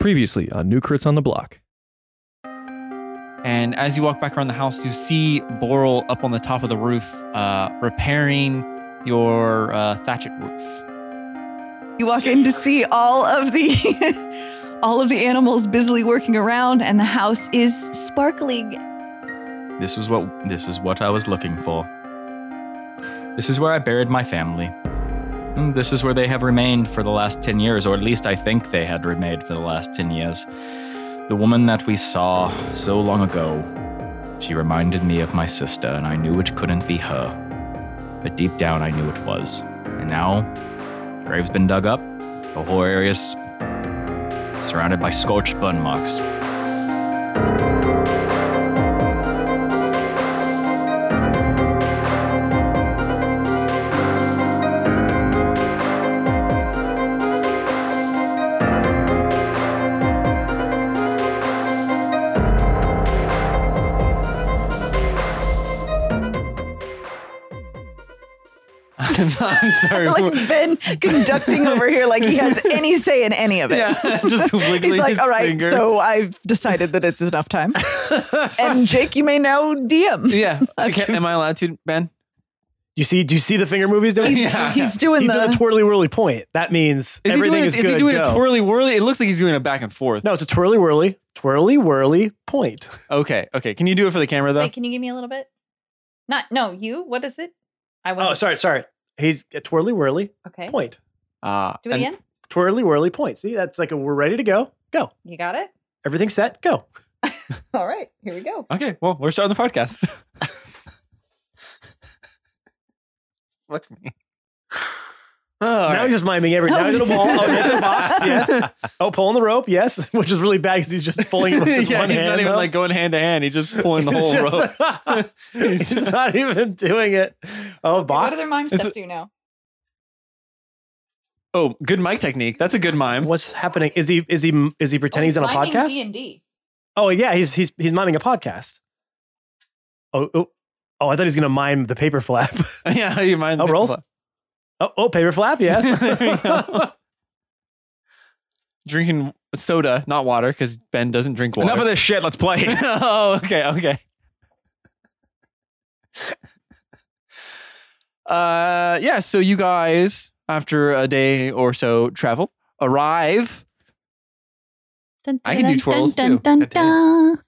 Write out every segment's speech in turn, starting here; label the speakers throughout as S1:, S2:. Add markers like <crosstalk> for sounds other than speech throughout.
S1: Previously on New Crits on the Block.
S2: And as you walk back around the house, you see Boral up on the top of the roof, uh, repairing your uh, thatched roof. <laughs>
S3: You walk in to see all of the <laughs> all of the animals busily working around, and the house is sparkling.
S4: This is what this is what I was looking for. This is where I buried my family. And this is where they have remained for the last 10 years, or at least I think they had remained for the last 10 years. The woman that we saw so long ago, she reminded me of my sister, and I knew it couldn't be her. But deep down, I knew it was. And now, the grave's been dug up, the whole area's surrounded by scorched burn marks.
S2: I'm sorry.
S3: Like Ben conducting over here, like he has any say in any of it.
S2: yeah, <laughs> <laughs> just wiggling
S3: He's like,
S2: his
S3: all right,
S2: finger.
S3: so I've decided that it's enough time. and Jake, you may now DM.
S2: yeah. Okay. Am <laughs> I allowed to, Ben?
S5: You see? Do you see the finger movies doing?
S3: He's,
S5: <laughs>
S3: he's doing
S5: he
S3: the.
S5: did a twirly whirly point. That means
S2: Is
S5: everything
S2: he doing,
S5: is
S2: a,
S5: good.
S2: he doing
S5: go.
S2: a twirly whirly? It looks like he's doing a back and forth.
S5: no, it's a twirly whirly, twirly whirly point.
S2: Okay. Okay. Can you do it for the camera though?
S6: Wait, can you give me a little bit? Not no, you. What is it? I was
S5: Oh, sorry, sorry. He's a twirly whirly
S6: Okay.
S5: point.
S2: Ah,
S6: Do it
S2: and-
S6: again.
S5: Twirly whirly point. See, that's like a, we're ready to go. Go.
S6: You got it.
S5: Everything's set. Go.
S6: All right, here we go.
S2: Okay. Well, we're starting the podcast. Fuck me. <laughs> Oh, <laughs> all
S5: now
S2: right.
S5: he's just miming every.
S2: <laughs>
S5: Now he's in a ball. Oh, hit the box. Yes. Oh, pulling the rope. Yes, <laughs> which is really bad because he's just
S2: <laughs>
S5: pulling it with just
S2: yeah,
S5: one
S2: he's
S5: hand.
S2: not even
S5: though.
S2: like going hand to hand. He's just pulling the
S5: <laughs> He's
S2: whole
S5: just-
S2: rope.
S5: <laughs> he's
S2: <laughs>
S5: not even doing it. Oh,
S6: What
S5: box.
S6: other mime
S2: Is
S6: stuff do you know?
S2: Oh, good mic technique. That's a good mime.
S5: What's happening? Is he is he is he
S6: Oh,
S5: pretending he's on a podcast?
S6: D and D.
S5: Oh yeah, he's he's he's miming a podcast. Oh oh, oh I thought he was gonna mime the
S2: <laughs>
S5: paper flap.
S2: yeah, how you mind?
S5: Oh
S2: the-
S5: rolls. Oh oh paper flap, yes.
S2: <laughs> There we go. Drinking soda, not water, because Ben doesn't drink water.
S4: Enough of this shit. Let's play.
S2: oh, okay, okay. uh, yeah. So you guys, after a day or so travel, arrive. I can do twirls too. God damn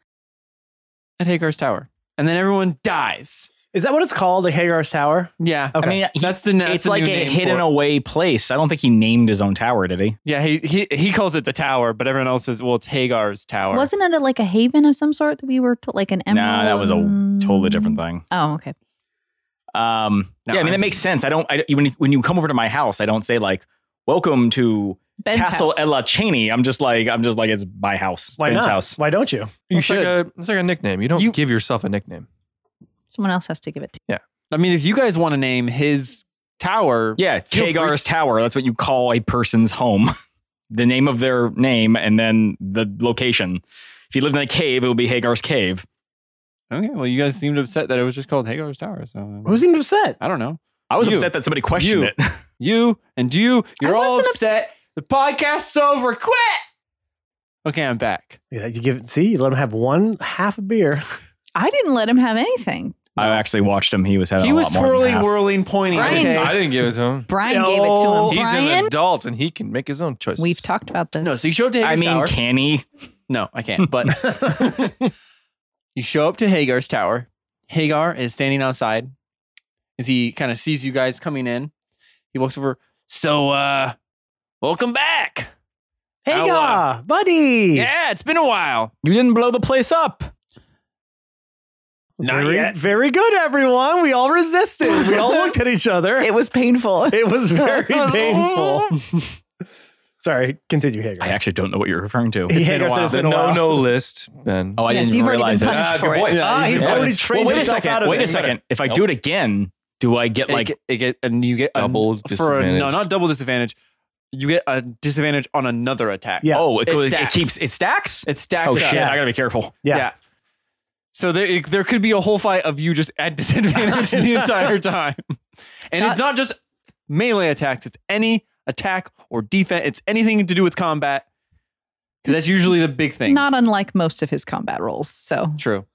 S2: At Hagar's Tower, and then everyone dies.
S5: <laughs> Is that what it's called? The Hagar's Tower?
S2: Oh, Yeah,
S4: <laughs>
S5: Okay.
S4: I mean, he-
S2: that's the.
S4: <laughs>
S2: That's
S4: it's
S2: the
S4: like
S2: new
S4: a
S2: name
S4: hidden
S2: for it.
S4: away place. I don't think he named his own tower, did he?
S2: Yeah, he, he he calls it the tower, but everyone else says, "Well, it's Hagar's tower."
S7: Wasn't it a, like a haven of some sort that we were to, like an emerald?
S4: Nah, that was a totally different
S7: and-
S4: thing.
S7: Oh, okay.
S4: Um,
S2: No,
S4: yeah, I
S2: I-
S4: mean that makes sense. I don't. I when you, when you come over to my house, I don't say like "Welcome to
S7: Ben's
S4: Castle
S7: house.
S4: Ella Cheney." I'm just like I'm just like it's my house, it's
S5: Why
S4: Ben's
S5: not?
S4: house.
S5: Why don't you?
S2: You
S1: it's
S2: should.
S1: Like a, it's like a nickname. You don't
S2: You-
S1: give yourself a nickname.
S7: Someone else has to give it to
S2: I mean, if you guys want to name his tower,
S4: Yeah,
S2: Feel free
S4: Kagar's
S2: to-
S4: Tower. That's what you call a person's home, <laughs> the name of their name, and then the location. If you lived in a cave, it would be Hagar's Cave.
S2: Okay, well, you guys seemed upset that it was just called Hagar's Tower. So
S5: Who seemed upset?
S2: I don't know.
S4: I was
S2: You.
S4: upset that somebody questioned
S2: You.
S4: it. <laughs>
S2: You and you, you're
S7: I
S2: all
S7: wasn't
S2: upset. the podcast's over. Quit. Okay, I'm back.
S5: Yeah, you give see, you let him have one half
S2: <laughs>
S5: a beer.
S3: I didn't let him have anything.
S4: I actually watched him. He was having
S2: He
S4: a
S2: was
S4: lot more than
S2: swirling,
S4: half.
S2: whirling, pointing.
S7: Brian.
S2: Okay.
S1: I didn't give it to
S3: <laughs>
S1: him.
S7: Brian gave it to
S5: Yo.
S7: him.
S1: He's an
S7: Brian,
S1: adult and he can make his own choices.
S7: we've talked about this.
S2: no, so you show up to
S4: I
S2: Hagar's
S4: mean,
S2: Tower.
S4: can he?
S2: no, I can't.
S4: <laughs>
S2: But <laughs> you show up to Hagar's Tower. Hagar is standing outside. As he kind of sees you guys coming in, he walks over. So, uh, welcome back. How, uh,
S5: Hagar, buddy.
S2: Yeah, it's been a while.
S4: You didn't blow the place up.
S2: Not
S5: very,
S2: yet.
S5: very good, everyone. We all resisted. We all looked at each
S3: <laughs>
S5: other.
S3: It
S2: <laughs>
S3: was painful.
S5: It was very painful. Sorry, continue, Hagar.
S4: I actually don't know what you're referring
S5: <laughs>
S4: to.
S5: It's
S1: Been a while. The no no list, Ben.
S4: Oh, I
S7: Yes,
S4: didn't
S7: you've already been
S4: realize it.
S7: punished
S4: Ah,
S7: for
S4: good
S7: it.
S4: point.
S5: Ah, he's
S4: Yeah.
S5: already trained
S4: well, wait a
S5: himself
S4: second.
S5: out of
S4: wait
S5: it.
S4: a second. If I do it again, do I get like?
S2: it, get and you get a-
S1: Double
S2: for a, no,
S1: disadvantage.
S2: not double disadvantage. You get a disadvantage on another attack.
S5: Yeah.
S4: Oh, it,
S2: It
S4: goes- it
S2: stacks.
S4: keeps it stacks.
S2: it stacks.
S4: oh
S2: up.
S4: shit!
S5: yeah.
S4: I gotta be careful.
S5: Yeah.
S2: So there, it- there could be a whole fight of you just at <laughs> disadvantage the entire time, and it's not just melee attacks; it's any attack or defense. It's anything to do with combat. because that's usually the big thing.
S7: Not unlike most of his combat roles. So
S2: True.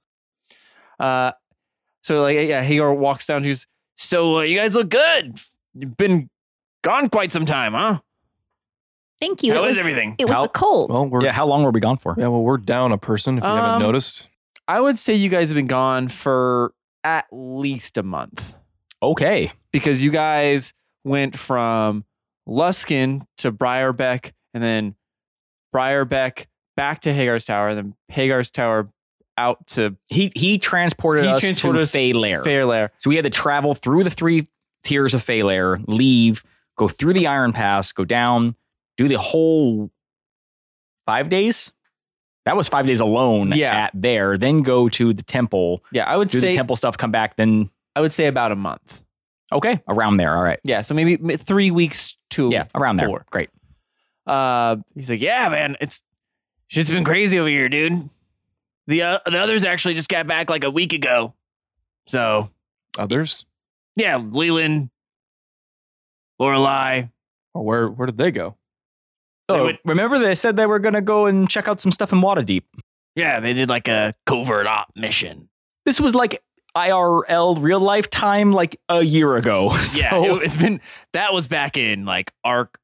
S2: Uh, so like yeah, Hagar walks down. She's so uh, you guys look good. You've been gone quite some time, huh?
S7: thank you.
S2: How
S7: it
S2: is
S7: was,
S2: everything?
S7: it was
S4: How-
S7: the
S3: <laughs>
S7: cold.
S1: Well, we're
S4: Yeah,
S1: yeah.
S4: how long were we gone for?
S1: well, we're down a person if you
S2: Um,
S1: haven't noticed.
S2: I would say you guys have been gone for at least a month
S4: Okay.
S2: because you guys went from Luskin to Briarbeck and then Briarbeck back to Hagar's Tower, and then Hagar's Tower out to
S4: He he transported
S2: He
S4: us
S2: transported
S4: to
S2: us-
S4: Fey Lair.
S2: Fair Lair.
S4: So we had to travel through the three tiers of Fey Lair, leave, go through the Iron Pass, go down, do the whole five days. That was five days alone
S2: Yeah.
S4: at there. Then go to the temple,
S2: Yeah, I would
S4: do the
S2: say
S4: temple stuff, come back, then
S2: I would say about a month.
S4: okay, around there. All right.
S2: Yeah, so maybe m- three weeks to
S4: Yeah, around there.
S2: Four.
S4: Great.
S2: Uh, he's like, yeah, man, it's shit's been crazy over here, dude. The uh, the others actually just got back like a week ago, so
S1: Others?
S2: yeah, Leland, Lorelai,
S1: Well, where where did they go?
S2: They
S4: Oh,
S2: went-
S4: remember they said they were gonna go and check out some stuff in Waterdeep.
S2: yeah, they did like a covert op
S4: <laughs>
S2: mission.
S4: This was like IRL real life time like a year ago. <laughs>
S2: Yeah,
S4: So-
S2: it, has been that was back in like arc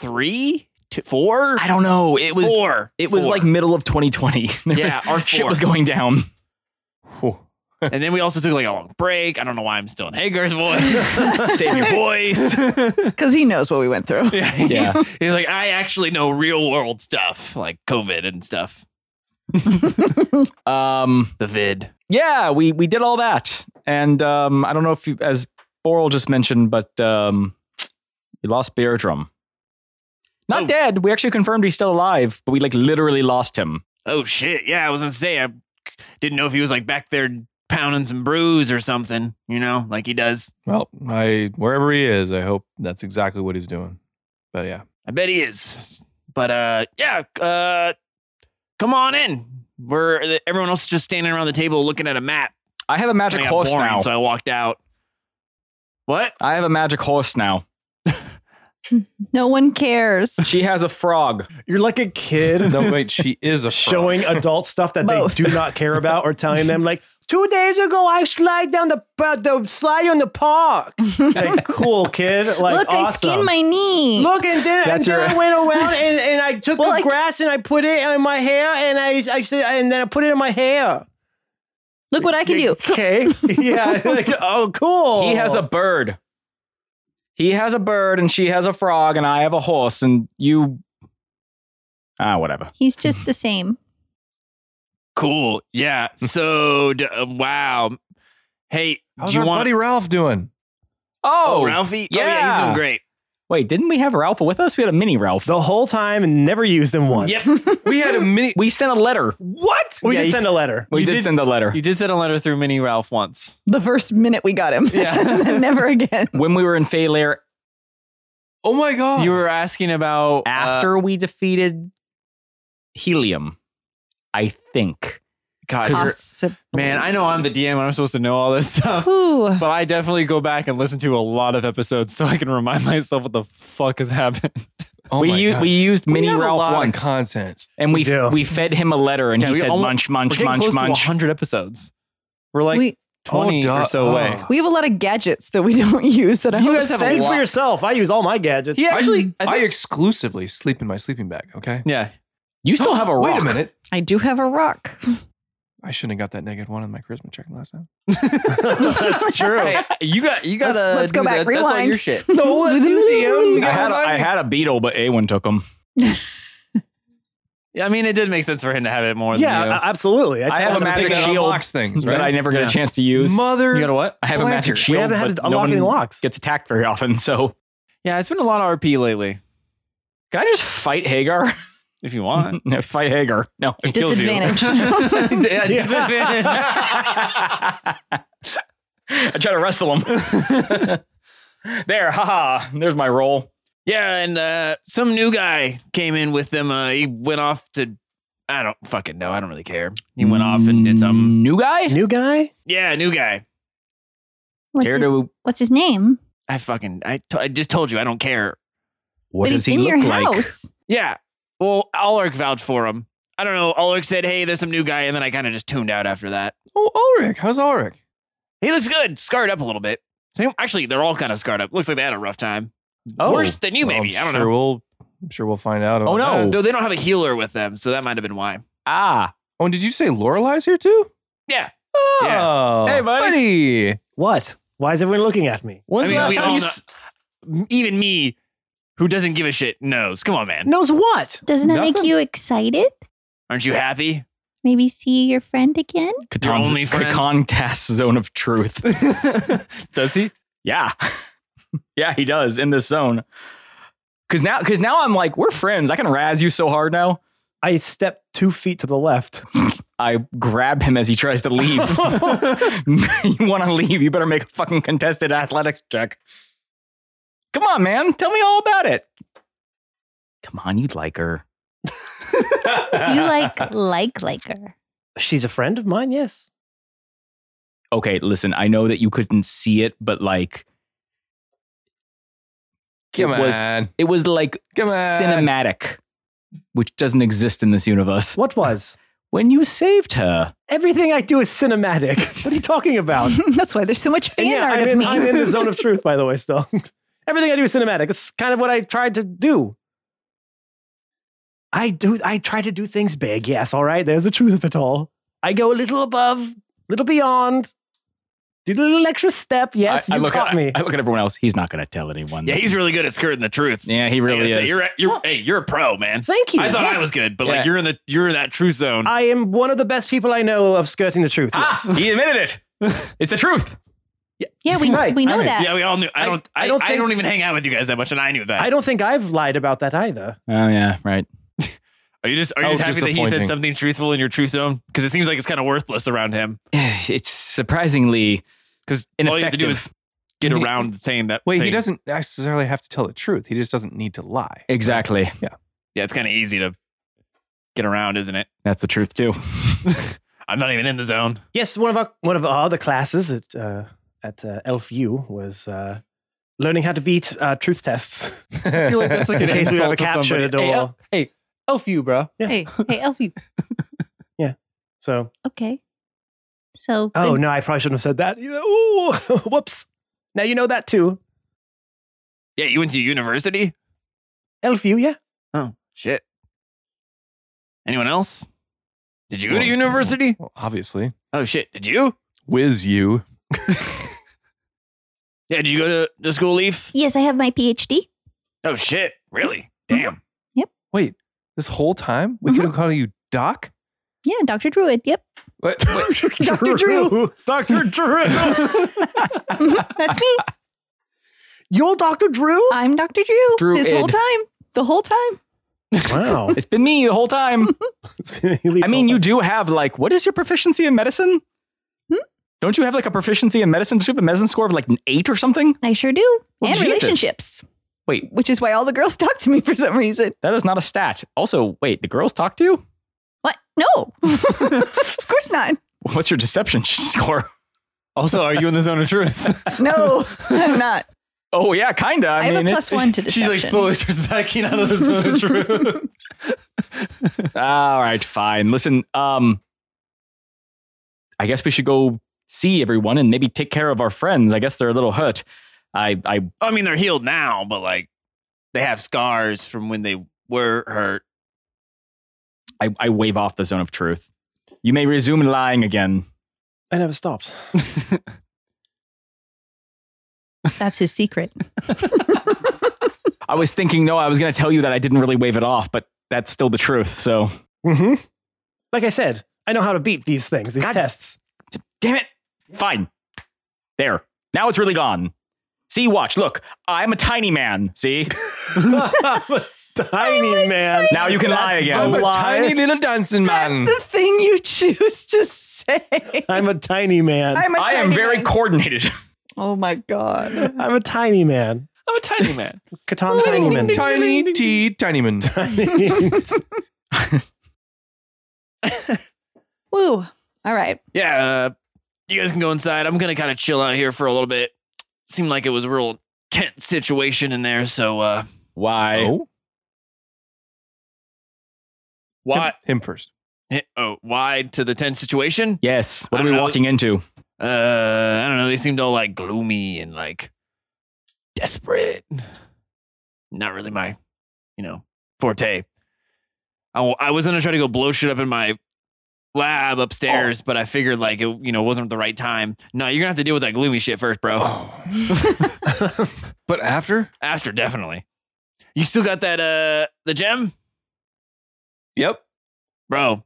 S2: three, two, four,
S4: I don't know. It was
S2: four.
S4: it was
S2: four.
S4: <laughs> like middle of 2020. There
S2: yeah,
S4: was-
S2: arc
S4: shit
S2: four.
S4: was going down.
S2: <laughs> and then we also took like a long break. I don't know why I'm still in Hagar's voice. <laughs> Save your voice.
S3: Because he knows what we
S2: <laughs>
S3: went through.
S2: Yeah.
S4: <laughs> Yeah.
S2: He's, he's like, I actually know real world stuff, like COVID and stuff.
S4: Um,
S2: The vid.
S4: yeah, we we did all that, and um, I don't know if you, as Boral just mentioned, but um, we lost Beardrum. Not
S2: Oh.
S4: dead. We actually confirmed he's still alive, but we like literally lost him.
S2: Oh shit. Yeah, I was gonna say I didn't know if he was like back there pounding some brews or something, you know, like he does.
S1: Well, I wherever he is, I hope that's exactly what he's doing. But yeah.
S2: I bet he is. But uh yeah, uh come on in. We're everyone else is just standing around the table looking at a map.
S4: I have a magic
S2: Kinda got
S4: horse
S2: boring,
S4: now.
S2: So I walked out. What?
S4: I have a magic horse now.
S7: No
S2: <laughs>
S7: one cares.
S4: She has a frog.
S5: You're like a kid
S1: <laughs> No, wait, she is a frog.
S5: <laughs> showing adult stuff that
S3: Both.
S5: they do not care about or telling them like two days ago I slide down the pa- the slide on the park. like, cool kid. Like
S7: Look, I
S5: awesome.
S7: skinned my knee.
S5: Look and then,
S4: That's
S5: and
S4: your-
S5: then I went around and, and I took
S3: Well,
S5: the
S3: I-
S5: grass and I put it in my hair and I I said and then I put it in my hair.
S7: Look what I can do.
S5: Okay. yeah. Like, oh, cool.
S4: He has a bird. He has a bird, and she has a frog, and I have a horse, and you. Ah, whatever.
S7: He's just the same.
S2: Cool. Yeah. So, d- uh, wow. Hey,
S1: How's
S2: do you
S1: our
S2: want?
S1: buddy Ralph doing?
S2: oh, Ralphie. Oh, yeah, he's
S4: yeah.
S2: doing great.
S4: Wait, didn't we have Ralph with us? We had a mini Ralph.
S5: the whole time and never used him once.
S2: Yep.
S1: <laughs> We had a mini
S4: We sent a letter.
S5: What? We
S2: Yeah,
S5: did
S2: you-
S5: send a letter.
S4: We
S2: You
S4: did,
S2: did-
S4: send a letter.
S2: you did send a letter through Mini Ralph once.
S3: The first minute we got him.
S2: Yeah.
S3: <laughs> And then
S2: <laughs>
S3: never again.
S4: When we were in Feylair
S1: Oh my god.
S2: You were asking about uh,
S4: after we defeated Helium, I think.
S2: God,
S4: 'cause-
S2: you're-
S7: Possibly.
S2: man, I know I'm the DM and I'm supposed to know all this <laughs> stuff,
S7: Whew.
S2: but I definitely go back and listen to a lot of episodes so I can remind <laughs> myself what the fuck has happened.
S1: <laughs> oh
S4: we,
S1: my
S4: u-
S1: God.
S4: we used
S1: We
S4: Mini
S1: have a
S4: Ralph
S1: lot of
S4: once,
S1: content.
S4: and
S5: We
S4: we
S5: do.
S4: f- we fed him a letter, and
S2: Yeah,
S4: he
S2: we
S4: said
S2: almo-
S4: munch,
S2: We're
S4: munch,
S2: getting
S4: munch,
S2: close to
S4: munch.
S2: 100 episodes. We're like
S7: we,
S2: 20
S1: duh.
S2: or so
S1: Oh.
S2: away.
S7: we
S3: We have a lot of gadgets that
S7: <laughs>
S3: we don't use that I
S2: You
S3: don't
S2: guys have a
S3: spend.
S5: Speak for
S2: lot.
S5: yourself. I use all my gadgets.
S2: He actually,
S1: I,
S2: I think,
S1: exclusively sleep in my sleeping bag, okay?
S2: yeah,
S4: You still have a rock.
S1: Wait
S4: <laughs>
S1: a minute.
S7: I do have a rock.
S1: I shouldn't have got that negative one on my charisma check last time.
S5: <laughs>
S2: <laughs>
S5: That's true.
S2: you got, you got
S3: Let's, let's go back. Rewind.
S1: <laughs> No, that's you, DM. You
S4: I had, a, I
S1: I
S4: had a beetle, but Awen took him.
S2: Yeah, I mean, it did make sense for him to have it more
S5: yeah,
S2: than you.
S5: a- absolutely.
S4: I have
S5: totally
S4: a
S5: was
S4: magic
S5: thinking that.
S4: shield.
S1: unlocks things,
S4: That I
S1: right?
S4: never got
S2: Yeah.
S4: a chance to use.
S1: Mother.
S2: you got a what?
S4: I have a
S1: Blanchard.
S4: magic
S1: We
S4: shield.
S5: We haven't had
S4: but
S5: to
S4: no
S5: unlock
S4: one
S5: any locks.
S4: Gets attacked very often. So
S2: Yeah, it's been a lot of RP
S4: <laughs>
S2: lately.
S4: can I just fight Hagar?
S2: If you want,
S4: <laughs> No, Fight Hagar. No.
S2: It kills you. <laughs>
S7: Disadvantage. <laughs>
S4: <laughs>
S1: <laughs>
S2: yeah, disadvantage.
S4: I try to wrestle him. <laughs> there, haha. There's my roll.
S2: Yeah, and uh, some new guy came in with them. Uh, he went off to, I don't fucking know. I don't really care. He went off and did something.
S4: New guy?
S5: <laughs> New guy?
S2: Yeah, new guy.
S7: What's
S4: Care
S7: his,
S4: to
S7: what's his name?
S2: I fucking, I, t- I just told you, I don't care.
S4: what
S7: but he's in your house.
S2: Yeah.
S8: Well, Ulrich vouched for him. I don't know. Ulrich said, hey, there's some new guy. And then I kind of just tuned out after that.
S1: Oh, Ulrich. How's Ulrich?
S8: He looks good. Scarred up a little bit. Same, actually, they're all kind of scarred up. Looks like they had a rough time.
S5: Oh.
S8: Worse than you,
S1: Well,
S8: maybe. I
S1: I'm
S8: don't
S1: sure
S8: know.
S1: We'll, I'm sure we'll find out. about
S4: Oh, no.
S1: that.
S8: Though they don't have a healer with them, so that might have been why.
S4: Ah,
S1: Oh, and did you say Lorelai's here too?
S8: Yeah.
S1: Oh,
S4: Hey, buddy.
S1: buddy.
S5: What? Why is everyone looking at me?
S4: When's
S8: I mean,
S4: the last
S8: we
S4: time
S8: all
S4: you
S8: know-
S4: s-
S8: Even me, who doesn't give a shit, knows. Come on, man.
S5: Knows what?
S7: Doesn't that make
S1: Nothing.
S7: you excited?
S8: Aren't you happy?
S7: Maybe see your friend again?
S8: Your
S4: Katan's
S8: only friend.
S4: Katan Tass <laughs> zone of truth.
S1: Does he?
S4: yeah. <laughs> yeah, he does in this zone. Cause now cause now I'm like, we're friends. I can razz you so hard now.
S5: I step two feet to the left.
S4: I grab him as he tries to leave. <laughs> you want to leave? You better make a fucking contested athletics check. Come on, man. Tell me all about it. Come on, you like her.
S7: You like like liker.
S5: She's a friend of mine, yes.
S4: <laughs> Okay, listen. I know that you couldn't see it, but like
S1: Come
S4: it was
S1: on.
S4: it was like
S1: Come on.
S4: cinematic, which doesn't exist in this universe.
S5: What was?
S4: When you saved her,
S5: Everything I do is cinematic. <laughs> What are you talking about?
S3: <laughs> That's why there's so much fan
S5: And yeah,
S3: art
S5: I'm
S3: of
S5: in,
S3: me.
S5: I'm in
S3: <laughs>
S5: the zone of truth, by the way, still. <laughs> Everything I do is cinematic. It's kind of what I tried to do. I do I try to do things big, yes, all right. There's the truth of it all. I go a little above, little beyond. Do the little extra step, yes,
S4: I, I
S5: you
S4: look
S5: caught
S4: at
S5: me.
S4: I, I look at everyone else. He's not going to tell anyone.
S8: Yeah, he's really good at skirting the truth.
S4: yeah, he
S8: I gotta
S4: really
S8: say,
S4: is.
S8: You're, you're, hey, you're a pro, man.
S5: Thank you.
S8: I thought
S5: Yes.
S8: I was good, but
S4: Yeah.
S8: like you're in the you're in that true zone.
S5: I am one of the best people I know of skirting the truth.
S4: Ah,
S5: yes.
S4: he admitted it. It's the truth.
S7: Yeah, we,
S5: Right,
S7: we know
S4: right.
S7: that.
S8: yeah, we all knew. I
S5: I-
S8: don't. I,
S5: I
S8: I,
S5: don't
S8: don't,
S5: think-
S8: even hang out with you guys that much, and I knew that.
S5: I don't think I've lied about that either.
S4: Oh yeah, right.
S8: Are you just are you
S1: How
S8: just happy that he said
S1: disappointing.
S8: something truthful in your true zone? Because it seems like it's kind of worthless around him.
S4: <sighs> It's surprisingly
S8: Because all you have to do is
S4: Ineffective.
S8: get
S1: He-
S8: around saying that.
S1: Wait, he
S8: thing.
S1: doesn't necessarily have to tell the truth. He just doesn't need to lie.
S4: exactly.
S8: Yeah, it's kind of easy to get around, isn't it?
S4: That's the truth too.
S8: I'm not even in the zone.
S5: Yes, one of our one of our other classes at uh, at uh, Elf U was uh, learning how to beat uh, truth tests. <laughs>
S1: I
S8: feel like that's like
S1: <laughs>
S5: in
S8: an
S5: case we
S8: insult
S5: ever
S8: to
S5: captured
S8: somebody.
S5: or
S8: Hey, elf you, bro.
S5: Yeah.
S3: Hey, hey, Elfie.
S5: so.
S7: Okay. So
S5: Oh
S7: good-
S5: no, I probably shouldn't have said that. either. Ooh, <laughs> whoops. Now you know that too.
S8: Yeah, you went to university.
S5: Elf U, <laughs> yeah.
S8: Oh shit. Anyone else? Did you go to
S1: Well,
S8: university?
S1: Well, obviously.
S8: Oh shit, did you?
S1: Whiz you.
S8: Yeah, did you go to the school leaf?
S7: yes, I have my PhD.
S8: Oh shit, really? Damn.
S1: Wait, this whole time we
S5: Mm-hmm.
S1: could have called you Doc?
S7: Yeah, Dr. Druid. Yep.
S1: What?
S5: <laughs>
S1: what-
S5: Dr. Drew. <laughs> Dr. Drew. <laughs>
S7: That's me.
S5: You're Dr. Drew?
S3: I'm Dr. Drew this whole
S4: Druid.
S3: time. The whole time.
S5: <laughs> Wow.
S4: It's been me the whole time. I mean, you do have like what is your proficiency in medicine? Don't you have like a proficiency in medicine? Don't you have a medicine score of like an eight or something?
S7: I sure do.
S4: Well,
S7: and
S4: Jesus.
S7: relationships.
S4: Wait,
S3: Which is why all the girls <laughs> talk to me for some reason.
S4: that is not a stat. Also, wait, the girls talk to you? <laughs>
S7: What? No.
S3: <laughs>
S7: of course not.
S4: What's your deception <laughs> score?
S8: Also, are you in the zone
S2: <laughs>
S8: of truth?
S3: No, I'm not.
S4: Oh yeah, kinda. I,
S7: I, have
S4: mean,
S7: a plus
S4: it's-
S2: <laughs>
S7: one to deception.
S8: starts backing out of the zone of truth.
S4: All right, fine. Listen, um, I guess we should go see everyone and maybe take care of our friends. I guess they're a little hurt. I, I
S8: I mean, they're healed now, but like they have scars from when they were hurt.
S4: I, I wave off the zone of truth. You may resume lying again.
S5: I never stopped.
S7: That's his secret.
S4: I was thinking, no, I was going to tell you that I didn't really wave it off, but that's still the truth. So,
S5: Mm-hmm. Like I said, I know how to beat these things, these
S4: God.
S5: <laughs> tests.
S4: damn it. Fine. There. Now it's really gone. See, watch, look, I'm a tiny man. See?
S5: Tiny man.
S4: Now
S2: <laughs>
S4: you can lie again.
S5: I'm
S1: I'm
S5: a
S1: a
S5: lie.
S1: tiny little dancing
S3: That's
S1: man.
S3: the thing you choose to say.
S5: <laughs> I'm a tiny man.
S6: <laughs>
S3: I'm a
S4: I am
S3: tiny
S4: very
S3: man.
S4: coordinated.
S3: <laughs> oh my god.
S5: <laughs> I'm a tiny man.
S8: I'm a tiny man.
S5: Catan tiny man. <laughs>
S1: Tiny T Tiny Man.
S3: Woo. All right.
S8: yeah, uh, you guys can go inside. I'm gonna kind of chill out here for a little bit. Seemed like it was a real
S2: Oh.
S8: tense situation in there, so uh,
S4: Why?
S1: Oh,
S2: Why?
S1: Him first.
S2: Oh, why to the tense situation?
S4: Yes. What
S2: I
S4: are we
S2: don't know.
S4: walking into?
S2: Uh, I don't know. They seemed all like gloomy and like desperate. Not really my, you know, forte. I, w- I was gonna try to go blow shit up in my lab upstairs, but I figured like it, you know, wasn't the right time. No, you're gonna have to deal with that gloomy shit first, bro.
S1: Oh. <laughs> but after?
S2: After, definitely. You still got that uh the gem,
S1: Yep.
S2: bro?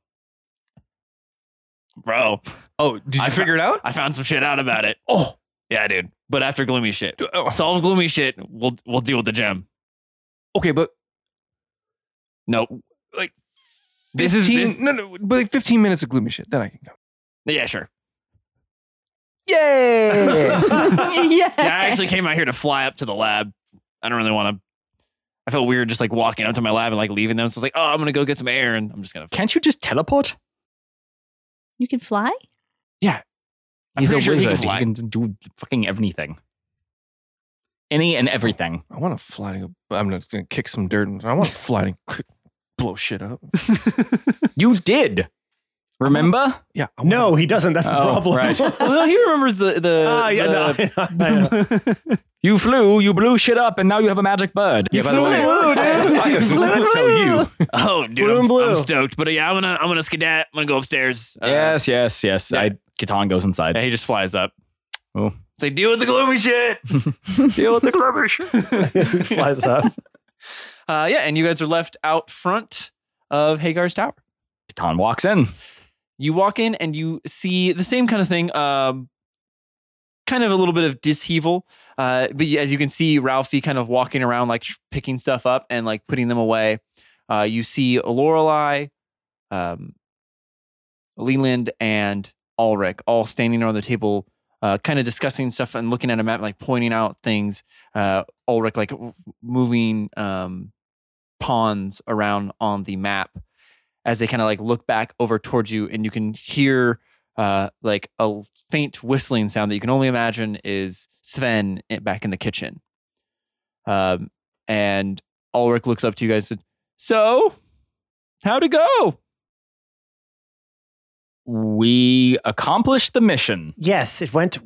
S2: Bro,
S1: Oh, did you
S2: I fo-
S1: figure it out?
S2: I found some shit out about it.
S1: Oh.
S2: Yeah, dude. But after gloomy shit,
S1: Oh,
S2: solve gloomy shit. We'll we'll deal with the gem.
S1: Okay, but
S2: Nope.
S1: like
S2: This is-
S1: 15
S2: this-
S1: no, no, but like fifteen minutes of gloomy shit. Then I can go.
S2: Yeah, sure.
S1: Yay!
S5: <laughs>
S3: yeah.
S2: Yeah, I <laughs> actually came out here to fly up to the lab. I don't really want to. I felt weird just like walking up to my lab and like leaving them. So I was like, oh, I'm gonna go get some air, and I'm just gonna.
S4: Can't you just teleport?
S7: You can fly?
S2: I'm pretty sure he can fly.
S4: do fucking everything. Any and everything.
S1: <laughs> I want to fly to go. I'm just gonna kick some dirt. And I want to fly to quick blow shit up.
S4: You did. Remember?
S1: Yeah. I wanna-
S5: no, he doesn't. That's the
S4: Oh,
S5: problem.
S4: right.
S2: well, no, he remembers the the.
S5: <laughs> Ah, yeah, <laughs> no, I know.
S4: You flew, you blew shit up, and now you have a magic bird. Yeah, by the way. <laughs>
S1: I have something to tell
S4: Uh,
S1: you.
S2: <laughs> oh, dude,
S5: Blue
S2: I'm,
S5: and blue.
S2: I'm stoked. But uh, yeah, I'm gonna I'm gonna skedat. I'm gonna go upstairs. Uh,
S4: Yes, yes, yes.
S2: yeah.
S4: I Catan goes inside.
S2: yeah, he just flies up.
S4: Oh.
S2: It's like deal with the gloomy shit.
S4: Deal with the rubbish.
S5: He <laughs> flies up.
S2: Uh, yeah, and you guys are left out front of Hagar's tower.
S4: Catan walks in.
S2: you walk in and you see the same kind of thing um kind of a little bit of disheaval uh but you- as you can see ralphie kind of walking around like sh- picking stuff up and like putting them away uh you see lorelei um leland and ulrich all standing around the table uh, kind of discussing stuff and looking at a map, like pointing out things. Uh, Ulrich, like w- moving um, pawns around on the map as they kind of like look back over towards you and you can hear uh, like a faint whistling sound that you can only imagine is Sven i- back in the kitchen. Um, and Ulrich looks up to you guys and said, So, how'd it go?
S4: We accomplished the mission.
S5: yes, it went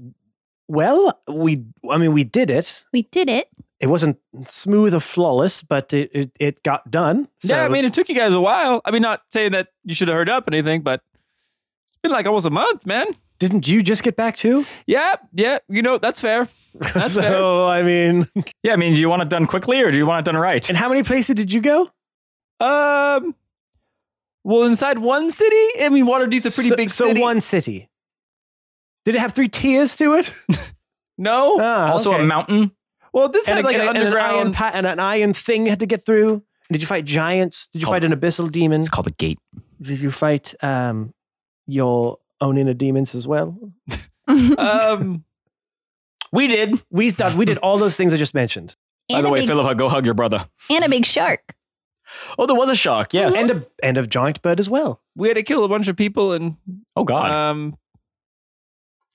S5: well. We, I mean, we did it.
S7: We did it.
S5: It wasn't smooth or flawless, but it it, it got done. So
S2: yeah, I mean, it took you guys a while. I mean, not saying that you should have heard up anything, but it's been like almost a month, man.
S5: didn't you just get back too?
S2: Yeah, yeah, you know, that's fair. That's
S5: <laughs> so
S2: fair.
S5: I mean,
S4: Yeah, I mean, do you want it done quickly or do you want it done right?
S5: and how many places did you go?
S2: Um, well, inside one city, I mean, Waterdeep's a pretty
S5: so,
S2: big
S5: so
S2: city.
S5: one city. Did it have three tiers to it?
S2: no,
S5: Ah,
S4: also,
S5: okay.
S4: a mountain.
S2: Well, this
S5: and
S2: had
S5: a-
S2: like
S5: and
S2: an
S5: a- and
S2: underground.
S5: an iron pa- and an iron thing you had to get through. And did you fight giants? Did you
S4: Called-
S5: fight an abyssal demon?
S4: It's called a gate.
S5: Did you fight um, your own inner demons as well?
S2: um,
S4: We did.
S5: We done. We did all those things I just mentioned,
S4: By
S7: And
S4: the
S7: a,
S4: way,
S7: big,
S4: Philippa, go hug your brother.
S7: and a big shark.
S4: Oh, there was a shark. Yes.
S5: and a and a giant bird as well.
S2: we had to kill a bunch of people and
S4: oh God.
S2: um,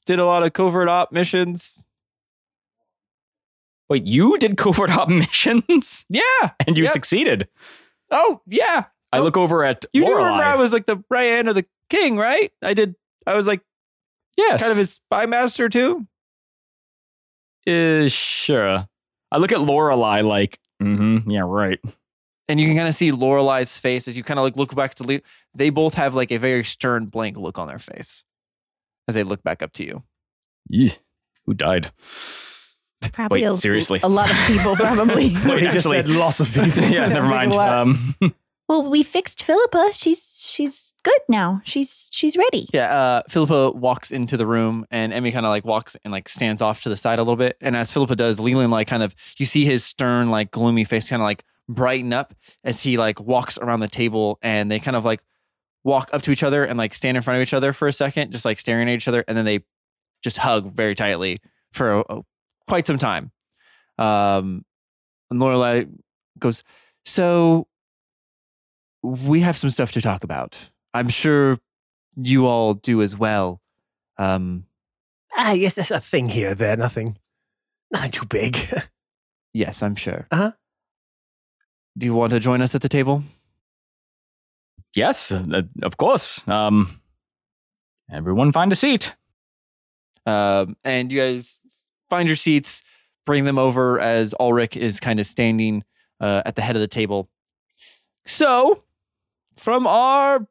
S2: did a lot of covert op missions.
S4: Wait, you did covert <laughs> op missions
S2: Yeah.
S4: <laughs> and you
S2: Yep.
S4: succeeded.
S2: Oh, yeah.
S4: I
S2: Oh.
S4: look over at
S2: You do
S4: Lorelei.
S2: remember I was like the right hand of the king, right? I did. I was like
S4: yes.
S2: kind of his spy master too.
S4: Uh, sure. I look at Lorelei like, mm-hmm, yeah, right.
S2: And you can kind of see Lorelei's face as you kind of like look back to Lee. They both have like a very stern, blank look on their face as they look back up to you.
S4: Yeeh. Who died?
S7: Probably a-
S4: seriously?
S7: A lot of people, probably.
S4: <laughs> Wait,
S5: he just
S4: actually-
S5: said lots of people.
S4: <laughs> yeah, never
S3: Sounds like a
S4: mind.
S3: lot.
S4: Um, <laughs>
S7: well, we fixed Philippa. She's she's good now. She's she's ready.
S2: Yeah, uh, Philippa walks into the room and Emmy kind of like walks and like stands off to the side a little bit. And as Philippa does, Leland like kind of you see his stern, like gloomy face kind of like brighten up as he like walks around the table and they kind of like walk up to each other and like stand in front of each other for a second, just like staring at each other, and then they just hug very tightly for a, a- quite some time. Um and Lorelai goes, So we have some stuff to talk about. I'm sure you all do as well. Um,
S5: Ah, yes, there's a thing here, there, nothing, <laughs> nothing too big.
S2: yes, I'm sure.
S5: Uh-huh.
S2: Do you want to join us at the table?
S4: Yes, uh, of course. Um, everyone find a seat.
S2: Um, and you guys find your seats, bring them over as Ulrich is kind of standing uh, at the head of the table. So, from our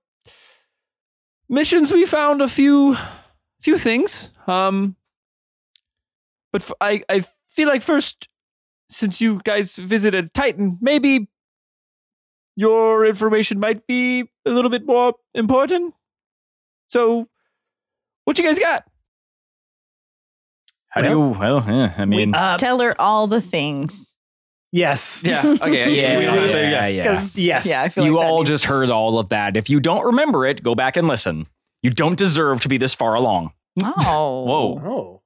S2: missions, we found a few few things. Um, but f- I I feel like first, since you guys visited Titan, maybe your information might be a little bit more important. So, what you guys got?
S4: How do you? Well, yeah, I
S5: <laughs>
S4: mean,
S5: Uh,
S3: Tell her all the things.
S5: yes.
S2: Yeah. Okay.
S4: yeah,
S5: <laughs>
S2: we
S4: yeah,
S2: don't have to-
S4: yeah, yeah.
S3: 'Cause-
S5: Yes.
S3: Yeah, I feel
S4: you
S3: like that
S4: all
S3: needs-
S4: just heard all of that. If you don't remember it, go back and listen. You don't deserve to be this far along.
S3: Oh.
S4: Whoa.
S5: Oh.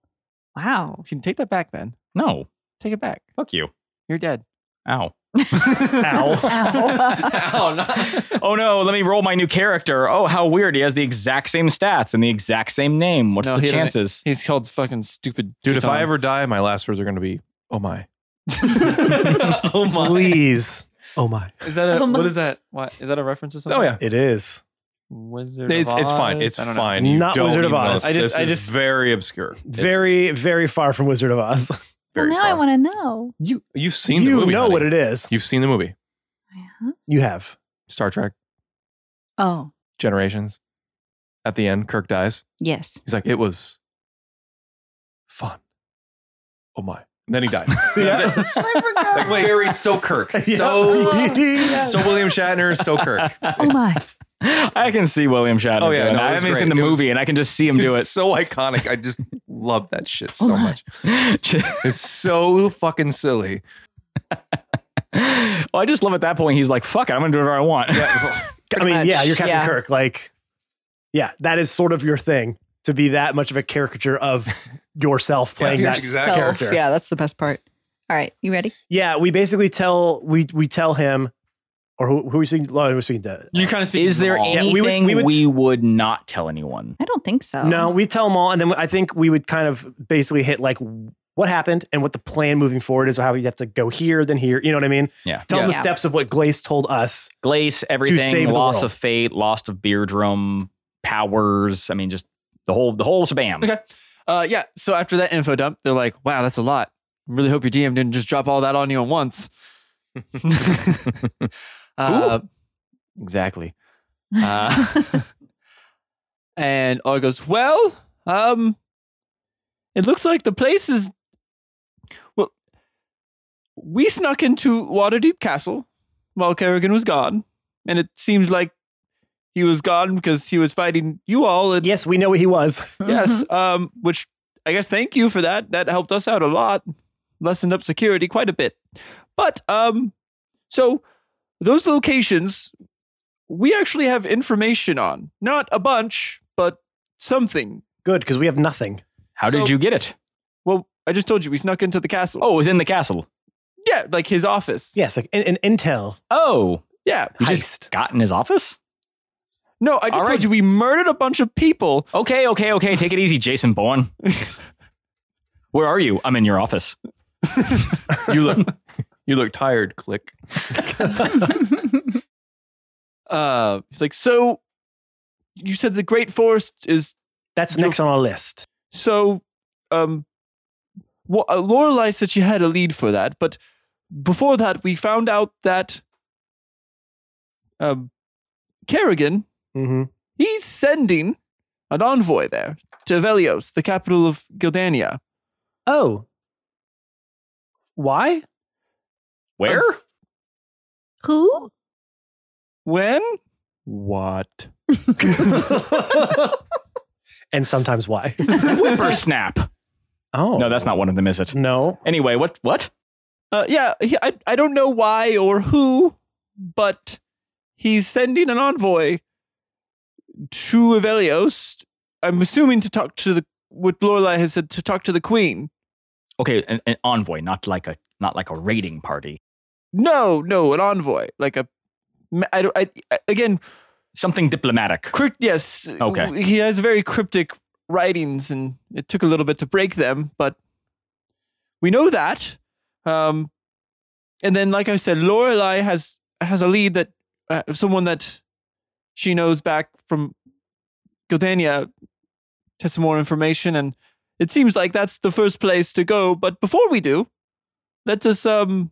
S3: Wow.
S2: Can take that back, man.
S4: No,
S2: Take it back.
S4: fuck you.
S2: You're dead.
S4: Ow.
S3: <laughs> Ow.
S2: <laughs> oh no.
S4: Oh no, let me roll my new character. Oh, how weird. He has the exact same stats and the exact same name. What's
S2: No,
S4: the
S2: he doesn't.
S4: chances?
S2: <laughs> He's called fucking stupid
S1: Dude, if I
S2: Teton. <laughs>
S1: ever die, my last words are going to be, oh my.
S2: oh my.
S5: Please. Oh my.
S2: Is that a
S3: Oh my.
S2: what is that? What is that a reference to something?
S1: Oh, yeah.
S5: It is.
S2: Wizard.
S1: It's,
S2: of
S1: it's fine.
S2: Oz?
S1: It's
S2: I don't know.
S1: fine. You
S5: Not
S1: don't
S5: Wizard of
S1: even
S5: Oz.
S1: know.
S5: I
S1: This
S5: just- I
S1: is
S5: just-
S1: very obscure. It's
S5: Very, very far from Wizard of Oz.
S7: Well,
S1: very
S7: now I
S1: far.
S7: want to know.
S1: You you've seen
S5: you
S1: the movie.
S5: know
S1: honey.
S5: what it is.
S1: You've seen the movie
S5: You have.
S1: Star Trek
S3: Oh,
S1: Generations. At the end, Kirk dies.
S7: Yes.
S1: He's like, it was fun. Oh my! And then he <laughs> dies.
S5: Yeah. <laughs>
S1: That's it. Like, very so <laughs> Kirk. So
S5: Yeah.
S1: so William Shatner. So <laughs> <laughs>
S4: <laughs>
S1: Kirk.
S7: Oh my.
S4: I can see William Shatner.
S1: Oh, yeah,
S4: doing
S1: no,
S4: that. I
S1: it was
S4: haven't even seen the
S1: great. It was-
S4: movie and I can just see him do
S1: <laughs> It's
S4: it. <laughs>
S1: So iconic. I just love that shit so
S7: my.
S1: much. It's so fucking silly.
S4: well, I just love at that point he's like, fuck it, I'm gonna do whatever I want.
S5: I mean,
S3: much,
S5: yeah, you're Captain
S3: yeah.
S5: Kirk. Like, yeah, that is sort of your thing to be that much of a caricature of yourself playing that
S1: yourself,
S5: character.
S3: Yeah, that's the best part.
S7: All right. You ready?
S5: Yeah, we basically tell we we tell him, or who, who are we speaking? Lauren was speaking to.
S2: You kind of speak.
S4: Is there
S5: Yeah,
S4: anything we
S5: we would-
S4: would,
S5: we would-
S4: not tell anyone?
S7: I don't think
S3: <laughs>
S7: so.
S5: No, we tell them all, and then I think we would kind of basically hit like what happened and what the plan moving forward is, or how we have to go here, then here. You know what I mean?
S4: Yeah.
S5: Tell them the
S7: Yeah.
S5: steps of what Glace told us.
S4: Glace,
S5: save
S4: everything,
S5: the
S4: loss
S5: world.
S4: of fate, loss of beardrum, powers. I mean, just the whole the whole shabam.
S2: Okay. Uh, yeah. So after that info dump, they're like, "Wow, that's a lot. Really hope your DM didn't just drop all that on you at once." <laughs> Uh, exactly. Uh, and Or goes, Well, um, it looks like the place is. Well, we snuck into Waterdeep Castle while Kerrigan was gone. And it seems like he was gone because he was fighting you all. And
S5: Yes, we know what he was. <laughs>
S2: Yes.
S4: Mm-hmm.
S2: Um, which I guess thank you for that. That helped us out a lot. Lessened up security quite a bit. But um so those locations we actually have information on. Not a bunch, but something.
S5: Good because we have nothing.
S4: How did
S2: So-
S4: you get it?
S2: Well, I just told you we snuck into the castle.
S4: Oh, it was in the castle.
S2: yeah, like his office.
S5: Yes, like an, an intel
S4: Oh,
S2: Yeah.
S4: you
S5: Heist.
S4: just got in his office?
S2: No, I just
S4: All
S2: told
S4: right.
S2: you we murdered a bunch of people.
S4: Okay, okay, okay. Take it easy, Jason Bourne. Where are you? I'm in
S2: <laughs>
S4: your office.
S1: You look you look tired. Click.
S2: Uh he's like, so you said the Great Forest is
S5: That's
S2: You're
S5: next on our list.
S2: So, um, wha uh, Lorelai said she had a lead for that, but before that, we found out that um, Kerrigan
S5: Mm-hmm.
S2: he's sending an envoy there to Velios, the capital of Gildania.
S5: Oh. <laughs> Why?
S4: Where?
S2: Unf-
S7: Who?
S2: When?
S1: What?
S5: and sometimes why?
S4: Whippersnap.
S5: <laughs> Oh.
S4: No, that's not one of them, is it?
S5: No.
S4: Anyway, what what?
S2: Uh, yeah, he, I I don't know why or who, but he's sending an envoy to Avelios. I'm assuming to talk to the what Lorelai has said to talk to the queen.
S4: Okay, an, an envoy, not like a not like a raiding party.
S2: No, no, an envoy, like a. I, don't- I, I again,
S4: Something diplomatic.
S2: crypt, yes.
S4: Okay.
S2: He has very cryptic writings, and it took a little bit to break them, but we know that. Um, and then, like I said, Lorelai has has a lead that uh, someone that she knows back from Gildania has some more information, and it seems like that's the first place to go. But before we do, let us um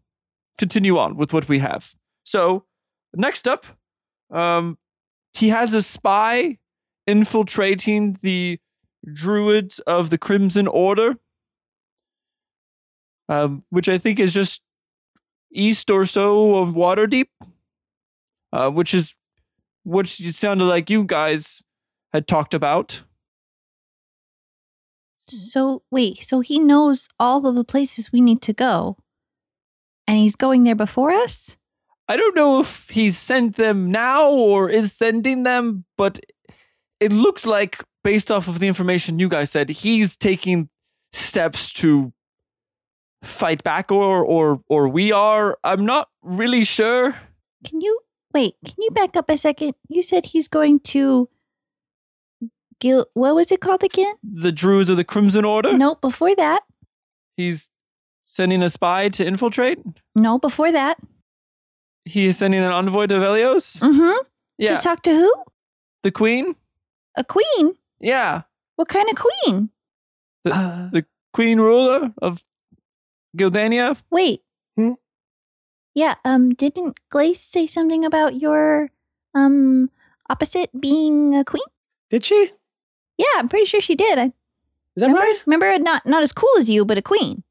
S2: continue on with what we have. So next up, um, he has a spy infiltrating the druids of the Crimson Order, um, which I think is just east or so of Waterdeep, uh, which is which it sounded like you guys had talked about.
S7: So wait, so he knows all of the places we need to go. And he's going there before us?
S2: I don't know if he's sent them now or is sending them, but it looks like, based off of the information you guys said, he's taking steps to fight back, or or or we are. I'm not really sure.
S7: Can you wait, can you back up a second? You said he's going to Gil what was it called again?
S2: The Druids of the Crimson Order.
S7: No, before that.
S2: He's sending a spy to infiltrate.
S7: No, before that.
S2: He is sending an envoy to Velios.
S7: Mm-hmm.
S2: Yeah,
S7: To talk to who?
S2: the Queen.
S7: A queen?
S2: Yeah,
S7: What kind of queen?
S5: Uh,
S2: Queen ruler of Gildania.
S7: Wait.
S5: Hmm?
S7: Yeah, um, didn't Glace say something about your um opposite being a queen?
S5: did she? Is
S7: Yeah, I'm pretty sure she did. I
S5: that
S7: remember,
S5: right?
S7: remember not not as cool as you, but a queen.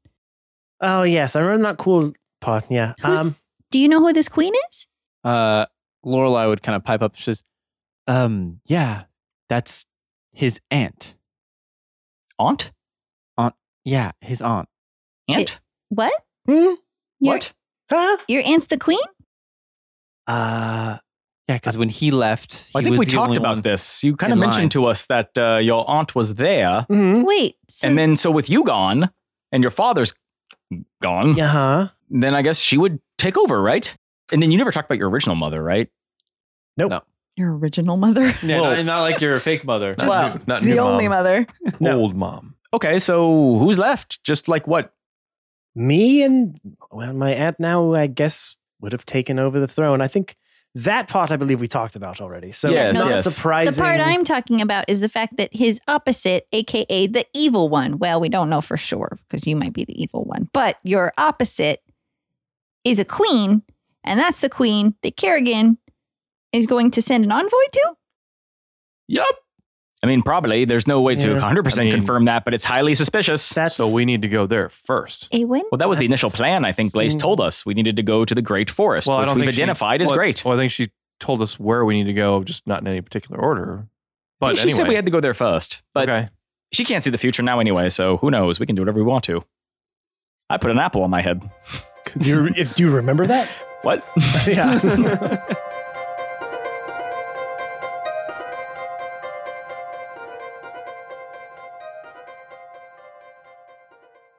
S5: Oh yes, I remember that cool part. Yeah. Um,
S7: Who's- Do you know who this queen is?
S2: uh Lorelai would kind of pipe up and she says, Um, yeah, that's his aunt.
S4: Aunt?
S2: Yeah, his aunt.
S4: Aunt?
S7: What?
S5: hmm?
S7: Your-
S4: what?
S5: Huh?
S7: Your aunt's the queen?
S2: Uh yeah, because when he left,
S4: I
S2: he
S4: think
S2: was
S4: we
S2: the
S4: talked
S2: only
S4: about
S2: one-
S4: this. You kind of
S2: in
S4: mentioned
S2: line.
S4: to us that uh, your aunt was there.
S5: Mm-hmm.
S7: Wait. So,
S4: and then, so with you gone and your father's gone,
S5: Yeah. Huh?
S4: then I guess she would take over, right? And then you never talked about your original mother, right?
S3: Your original mother. <laughs>
S2: Yeah, not, not like your fake mother.
S1: Not
S3: Well,
S1: new- not
S3: the
S1: new
S3: only mother.
S5: No.
S1: Old mom.
S4: Okay, so who's left? Just like what?
S5: Me and well, my aunt now, I guess, would have taken over the throne. I think that part, I believe, we talked about already. So
S4: Yes,
S5: it's not
S4: yes. The part
S5: surprising.
S7: the part I'm talking about is the fact that his opposite, aka the evil one, well, we don't know for sure because you might be the evil one, but your opposite is a queen, and that's the queen that Kerrigan is going to send an envoy to?
S4: Yup. I mean, probably. There's no way to
S5: Yeah.
S4: 100%
S1: I mean-
S4: confirm that, but it's highly suspicious.
S5: That's
S1: So we need to go there first.
S7: Awen?
S4: well, that was the
S5: That's-
S4: initial plan. I think Blaze told us we needed to go to the Great Forest,
S1: I
S4: which
S1: don't
S4: we've
S1: think she-
S4: identified as
S1: well,
S4: great.
S1: Well, I think she told us where we need to go, just not in any particular order. But
S4: she
S1: anyway,
S4: said we had to go there first, but
S1: okay.
S4: she can't see the future now anyway. So who knows? We can do whatever we want to. I put an apple on my head.
S5: do, you, if, do you remember that?
S4: <laughs> What? <laughs>
S5: yeah.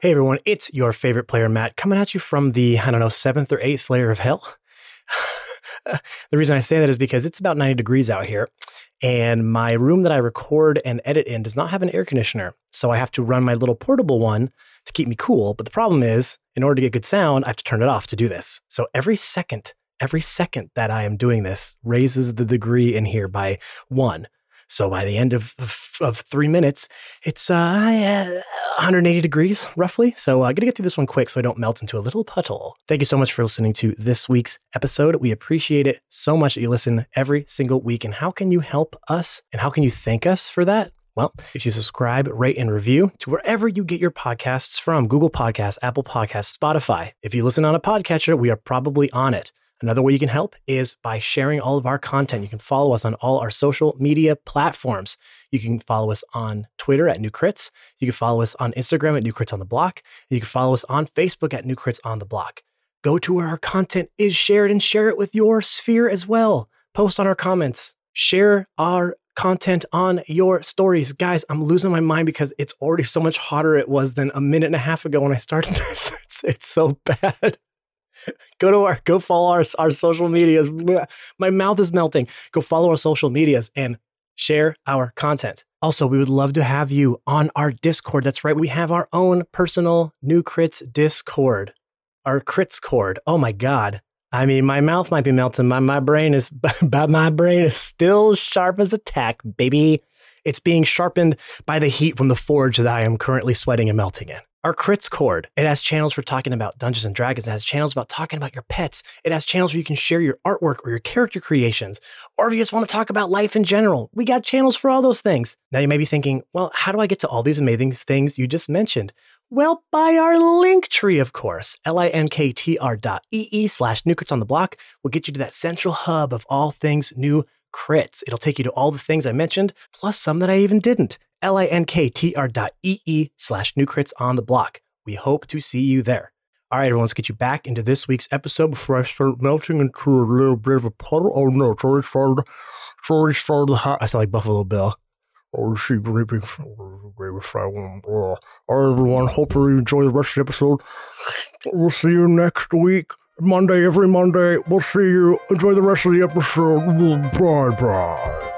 S5: Hey everyone, it's your favorite player, Matt, coming at you from the, I don't know, seventh or eighth layer of hell. <laughs> the reason I say that is because it's about 90 degrees out here, and my room that I record and edit in does not have an air conditioner. So I have to run my little portable one to keep me cool. But the problem is, in order to get good sound, I have to turn it off to do this. So every second, every second that I am doing this raises the degree in here by one. So by the end of, of, of three minutes, it's uh, uh, 180 degrees, roughly. So uh, I'm going to get through this one quick so I don't melt into a little puddle. Thank you so much for listening to this week's episode. We appreciate it so much that you listen every single week. And how can you help us? And how can you thank us for that? Well, if you subscribe, rate, and review to wherever you get your podcasts from Google Podcasts, Apple Podcasts, Spotify. If you listen on a podcatcher, we are probably on it. Another way you can help is by sharing all of our content. You can follow us on all our social media platforms. You can follow us on Twitter at New Crits. You can follow us on Instagram at New Crits on the Block. And you can follow us on Facebook at New Crits on the Block. Go to where our content is shared and share it with your sphere as well. Post on our comments. Share our content on your stories. Guys, I'm losing my mind because it's already so much hotter it was than a minute and a half ago when I started <laughs> this. It's, it's so bad. <laughs> Go to our go follow our, our social medias. Blech. My mouth is melting. Go follow our social medias and share our content. Also, we would love to have you on our Discord. That's right, we have our own personal new crits Discord, our crits cord. Oh my God. I mean, my mouth might be melting, my my brain is, <laughs> but my brain is still sharp as a tack, baby. It's being sharpened by the heat from the forge that I am currently sweating and melting in. Our crits cord. It has channels for talking about Dungeons and Dragons. It has channels about talking about your pets. It has channels where you can share your artwork or your character creations. Or if you just want to talk about life in general, we got channels for all those things. Now you may be thinking, well, how do I get to all these amazing things you just mentioned? Well, by our link tree, of course. L-I-N-K-T-R dot E-E slash new crits on the block will get you to that central hub of all things new crits. It'll take you to all the things I mentioned, plus some that I even didn't. L-I-N-K-T-R dot E-E slash new crits on the block. We hope to see you there. All right, everyone, let's get you back into this week's episode before I start melting into a little bit of a puddle. Oh no, it's already started. It's already started hot. I sound like Buffalo Bill. Oh, she gripping gravy fry one. All right, everyone, hope you enjoy the rest of the episode. We'll see you next week. Monday, every Monday. We'll see you. Enjoy the rest of the episode. Bye bye.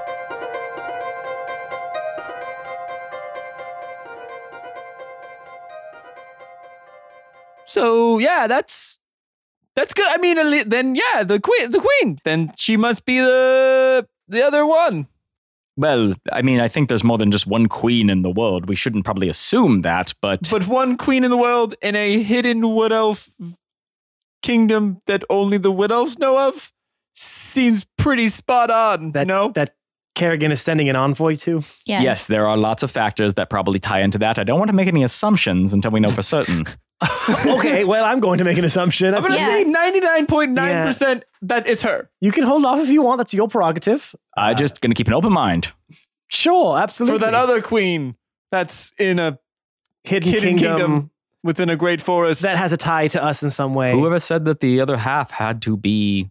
S2: So yeah, that's that's good. I mean, at lea- then yeah, the queen, the queen. Then she must be the the other one.
S4: Well, I mean, I think there's more than just one queen in the world. We shouldn't probably assume that, but,
S2: But one queen in the world in a hidden wood elf kingdom that only the wood elves know of seems pretty spot on.
S5: That,
S2: no,
S5: that Kerrigan is sending an
S2: <laughs>
S5: envoy to?
S7: Yeah.
S4: yes, there are lots of factors that probably tie into that. I don't want to make any assumptions until we know for
S7: <laughs>
S4: certain.
S5: okay, well, I'm going to make an assumption.
S2: I'm gonna
S7: Yeah.
S2: say ninety nine point nine percent that is her.
S5: You can hold off if you want. That's your prerogative.
S4: I'm just going to keep an open mind.
S5: Sure, absolutely.
S2: for that other queen that's in a
S5: hidden,
S2: hidden
S5: kingdom,
S2: kingdom, within a great forest.
S5: that has a tie to us in some way.
S4: Whoever said that the other half had to be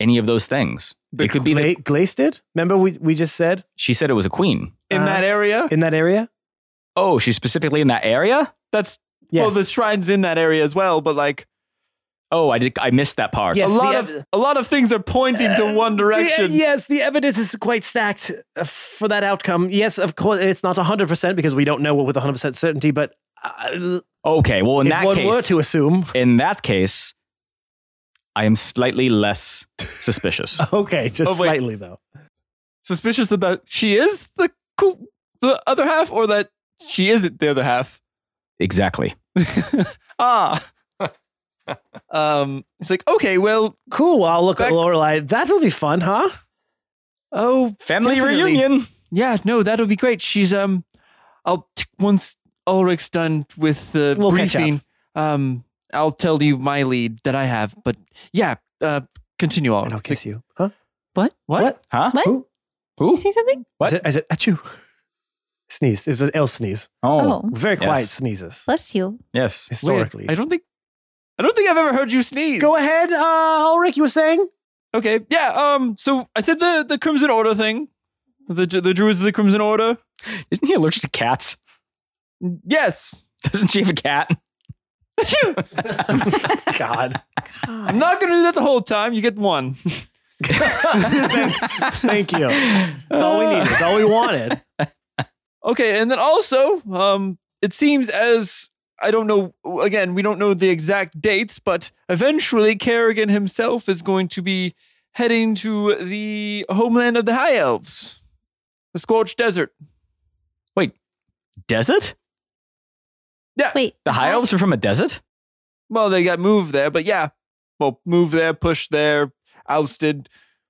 S4: any of those things?
S2: The
S4: it could be
S5: Gla-
S4: that
S5: Glace did? Remember we, we just said
S4: she said it was a queen.
S2: in that
S5: uh,
S2: area.
S5: in that area?
S4: Oh, she's specifically in that area?
S2: That's
S5: Yes.
S2: well, the shrine's in that area as well. But like
S4: Oh, I did I missed that part.
S5: Yes,
S2: a lot
S5: the
S2: of
S5: ev- Uh,
S2: a lot of things are pointing to one direction.
S5: Yeah, yes, the evidence is quite stacked uh, for that outcome. Yes, of course, it's not 100% because we don't know with 100% certainty, but uh,
S4: Okay, well in
S5: if
S4: that
S5: one
S4: case
S5: were to assume. <laughs>
S4: in that case I am slightly less
S5: <laughs>
S4: suspicious.
S5: Okay, just
S2: Oh, wait.
S5: slightly, though.
S2: Suspicious of that she is the co- the other half, or that she isn't the other half. <laughs>
S4: exactly. <laughs>
S2: Ah. um, it's like okay, well,
S5: Cool, well, I'll look at
S2: Back-
S5: Lorelei. That'll be fun, huh?
S2: oh,
S4: Family
S2: Definitely.
S4: reunion.
S2: Yeah, no, that'll be great. She's um, I'll t- once Ulrich's done with the
S5: We'll catch up.
S2: briefing, um, I'll tell you my lead that I have. But yeah, uh, continue
S4: Oh,
S2: on.
S5: And I'll kiss you. Huh?
S2: What? What?
S4: Huh?
S7: What?
S5: Who?
S7: Did you say something?
S5: Is it, is it achoo? Sneeze. It was an L sneeze.
S4: Oh,
S7: Oh,
S5: Very quiet
S4: Yes.
S5: sneezes.
S7: bless you.
S4: yes.
S5: Historically.
S2: I don't think, I don't think I've ever heard you sneeze.
S5: Go ahead, uh, Ulrich, you were saying?
S4: <laughs>
S2: Okay. Yeah. Um. So I said the the Crimson Order thing, the the Druids of the Crimson Order.
S4: Isn't he allergic to cats? <laughs>
S2: Yes.
S4: Doesn't she have a cat?
S5: God.
S2: I'm not gonna do that the whole time. You get
S5: <laughs>
S2: one.
S5: Thanks. Thank you. That's all we needed.
S4: <laughs>
S5: That's all we wanted.
S2: Okay, and then also, um, it seems as I don't know. Again, we don't know the exact dates, but eventually Kerrigan himself is going to be heading to the homeland of the High Elves, the Scorched Desert.
S4: Desert?
S7: Wait.
S4: The high elves are from a desert?
S2: Well, they got moved there, but yeah, well, moved there, pushed there, ousted,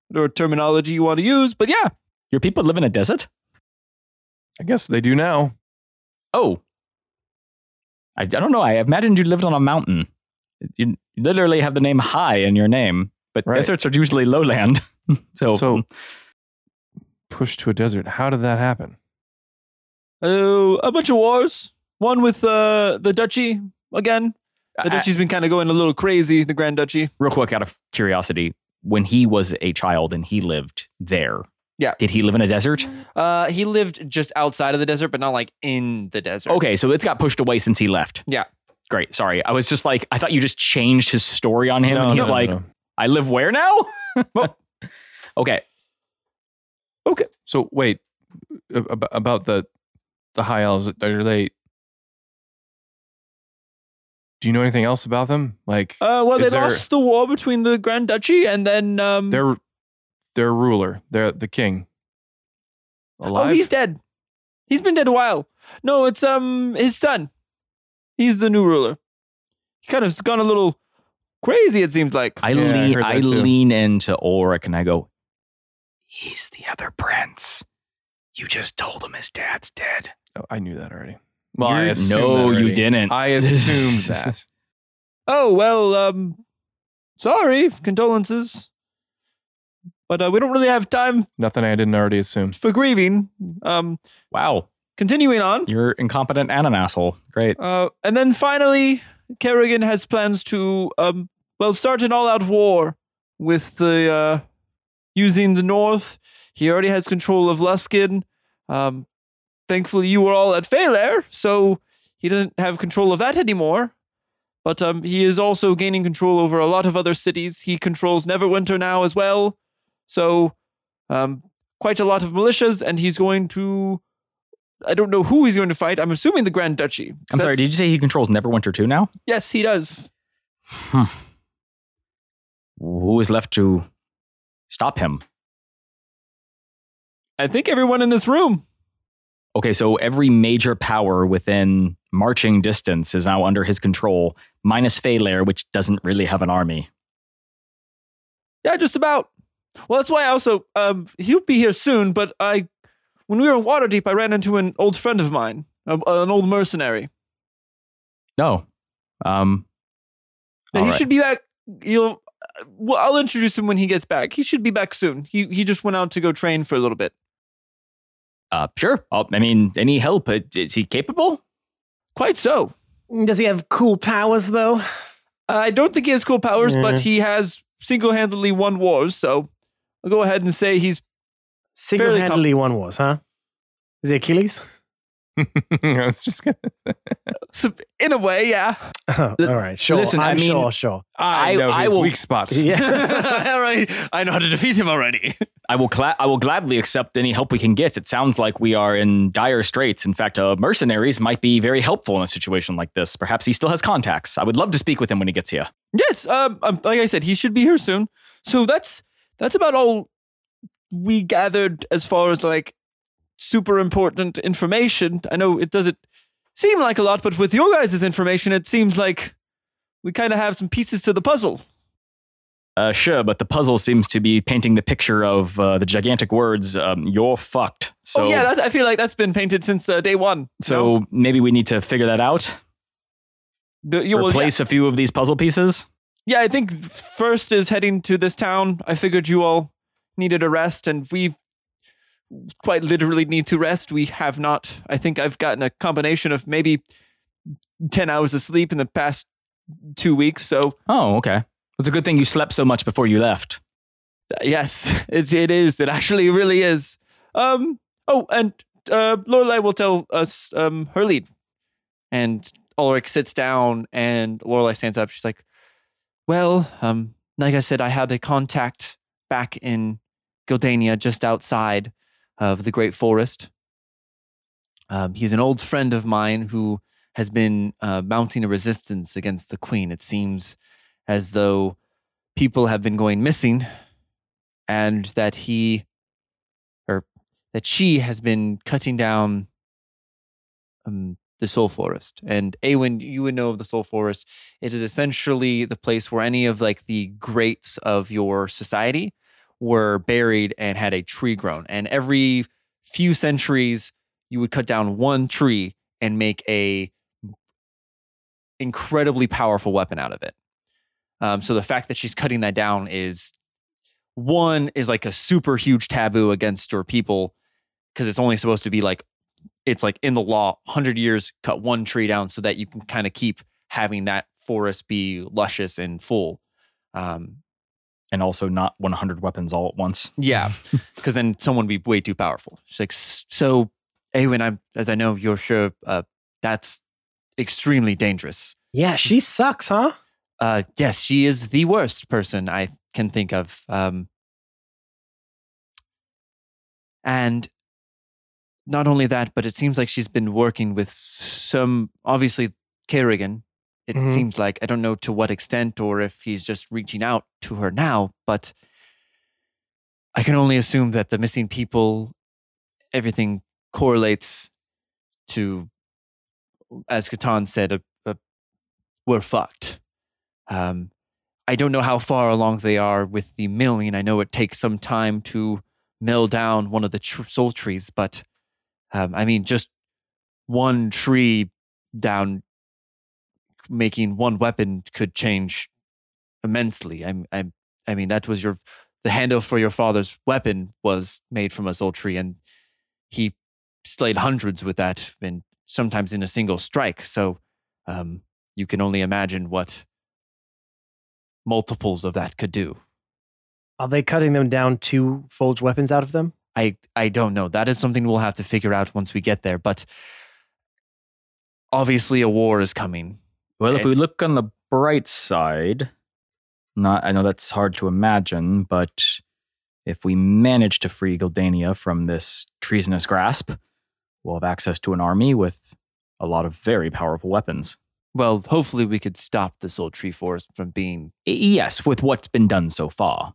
S2: whatever terminology you want to use. But yeah,
S4: Your people live in a desert?
S1: I guess they do now.
S4: Oh. I, I don't know. I imagined you lived on a mountain. You literally have the name high in your name, but
S1: Right.
S4: deserts are usually lowland. <laughs> so,
S1: So- Pushed to a desert. How did that happen?
S2: uh, a bunch of wars. One with uh, the Duchy again. The
S4: I-
S2: Duchy's been kind of going a little crazy. The Grand Duchy.
S4: real quick, out of curiosity, when he was a child and he lived there,
S2: Yeah.
S4: did he live in a desert?
S2: Uh, he lived just outside of the desert, but not like in the desert.
S4: Okay, so it's got pushed away since he left.
S2: Yeah.
S4: Great. Sorry. I was just like, I thought you just changed his story on him.
S1: No,
S4: and he's
S1: no, no,
S4: like,
S1: no.
S4: I live where now? <laughs> okay.
S1: So wait, ab- about the the high elves. Are they Do you know anything else about them? Like
S2: Uh, well,
S1: Is
S2: they
S1: there-
S2: lost the war between the Grand Duchy and then um.
S1: their their ruler, their the king. Alive?
S2: Oh, he's dead. He's been dead a while. No, it's um his son. He's the new ruler. He kind of's gone a little crazy. It seems like.
S4: I
S1: Yeah, I
S4: lean
S1: heard that
S4: I,
S1: too.
S4: lean into Ulrich and I go, He's the other prince. You just told him his dad's dead.
S1: Oh, I knew that already. Well, I
S4: You're-
S1: assumed that
S4: no, you
S1: already.
S4: didn't.
S1: I assumed
S4: <laughs>
S1: that.
S2: Oh well, um, sorry, condolences. But uh, we don't really have time
S1: Nothing I didn't already assume.
S2: for grieving. Um,
S4: wow.
S2: continuing on.
S4: You're incompetent and an asshole. Great.
S2: Uh, and then finally, Kerrigan has plans to, um, well, start an all-out war with the uh, using the North. He already has control of Luskin. Um, thankfully, you were all at Falair, so he doesn't have control of that anymore. But um, he is also gaining control over a lot of other cities. He controls Neverwinter now as well. So, um, quite a lot of militias, and he's going to. I don't know who he's going to fight. I'm assuming the Grand Duchy. 'cause
S4: I'm sorry,
S2: that's-
S4: did you say he controls Neverwinter too now?
S2: Yes, he does.
S4: Hmm. Who is left to stop him?
S2: I think everyone in this room.
S4: Okay, so every major power within marching distance is now under his control, minus Feylair, which doesn't really have an army.
S2: Yeah, just about. Well, that's why I also um he'll be here soon. But I, when we were in Waterdeep, I ran into an old friend of mine, a, an old mercenary.
S4: No. Oh, Um,
S2: Now,
S4: all
S2: he
S4: right.
S2: should be back. You'll. uh, Well, I'll introduce him when he gets back. He should be back soon. He he just went out to go train for a little bit.
S4: uh, sure. Uh, I mean, any help? Uh, Is he capable?
S2: Quite so. Uh,
S5: Does he have cool powers though?
S2: I don't think he has cool powers, but
S4: Mm-hmm.
S5: Yeah.
S2: he has single-handedly won wars. So I'll go ahead and say he's
S5: Single-handedly one was, huh? Is he Achilles?
S1: <laughs>
S5: <laughs>
S1: I was just gonna.
S2: in a way, yeah.
S5: All right, sure.
S4: listen, I
S5: I'm
S4: mean- <laughs>
S5: sure, sure.
S1: I,
S4: I-
S1: know
S4: I
S1: his
S4: will-
S1: weak spot.
S5: Yeah.
S2: All right, I know how to defeat him already.
S4: I will, cla- I will gladly accept any help we can get. It sounds like we are in dire straits. In fact, uh, mercenaries might be very helpful in a situation like this. Perhaps he still has contacts. I would love to speak with him when he gets here.
S2: Yes, um, um, like I said, he should be here soon. So that's that's about all we gathered as far as like super important information. I know it doesn't seem like a lot, but with your guys' information, it seems like we kind of have some pieces to the puzzle.
S4: Uh, sure, but the puzzle seems to be painting the picture of uh, the gigantic words, um, you're fucked. So,
S2: oh yeah, that, I feel like that's been painted since uh, day one. No?
S4: so maybe we need to figure that out.
S2: The- you- well, yeah.
S4: replace a few of these puzzle pieces.
S2: yeah, I think first is heading to this town. I figured you all needed a rest, and we quite literally need to rest. We have not. I think I've gotten a combination of maybe 10 hours of sleep in the past two weeks. So,
S4: Oh, okay. It's a good thing you slept so much before you left.
S2: uh, yes, <laughs> it, it is. It actually really is. Um. Oh, and uh, Lorelai will tell us um, her lead. And Ulrich sits down, and Lorelai stands up. She's like, "Well, um, like I said, I had a contact back in Gildania, just outside of the Great Forest. Um, he's an old friend of mine who has been uh, mounting a resistance against the Queen. It seems as though people have been going missing, and that he, or that she, has been cutting down." Um, the Soul Forest. And Awen, you would know of the Soul Forest. It is essentially the place where any of like the greats of your society were buried and had a tree grown. And every few centuries, you would cut down one tree and make a incredibly powerful weapon out of it. Um, so the fact that she's cutting that down is one is like a super huge taboo against your people because it's only supposed to be like it's like in the law 100 years cut one tree down so that you can kind of keep having that forest be luscious and full um,
S4: And also not 100 weapons all at once.
S2: yeah, because then someone would be way too powerful. She's like, "S- so, Awen, I'm as I know you're sure uh, that's extremely dangerous.
S5: yeah, she sucks, huh?
S2: Uh, yes, she is the worst person I can think of. Um, and not only that, but it seems like she's been working with some, obviously, Kerrigan It
S5: Mhm.
S2: seems like I don't know to what extent or if he's just reaching out to her now, but I can only assume that the missing people, everything correlates to, as Catan said, a, a, we're fucked. Um, I don't know how far along they are with the milling. I know it takes some time to mill down one of the tr- soul trees, but um, I mean, just one tree down making one weapon could change immensely. I'm, I'm, I mean, that was your, the handle for your father's weapon was made from a soul tree, and he slayed hundreds with that, and sometimes in a single strike. So, um, you can only imagine what multiples of that could do.
S5: Are they cutting them down to forge weapons out of them?
S2: I I don't know. That is something we'll have to figure out once we get there. But obviously, a war is coming.
S4: Well, if we
S2: It's-
S4: look on the bright side, not I know that's hard to imagine, but if we manage to free Gildania from this treasonous grasp, we'll have access to an army with a lot of very powerful weapons.
S2: Well, hopefully, we could stop this old tree forest from being.
S4: I- E-, Yes, with what's been done so
S2: I
S4: far.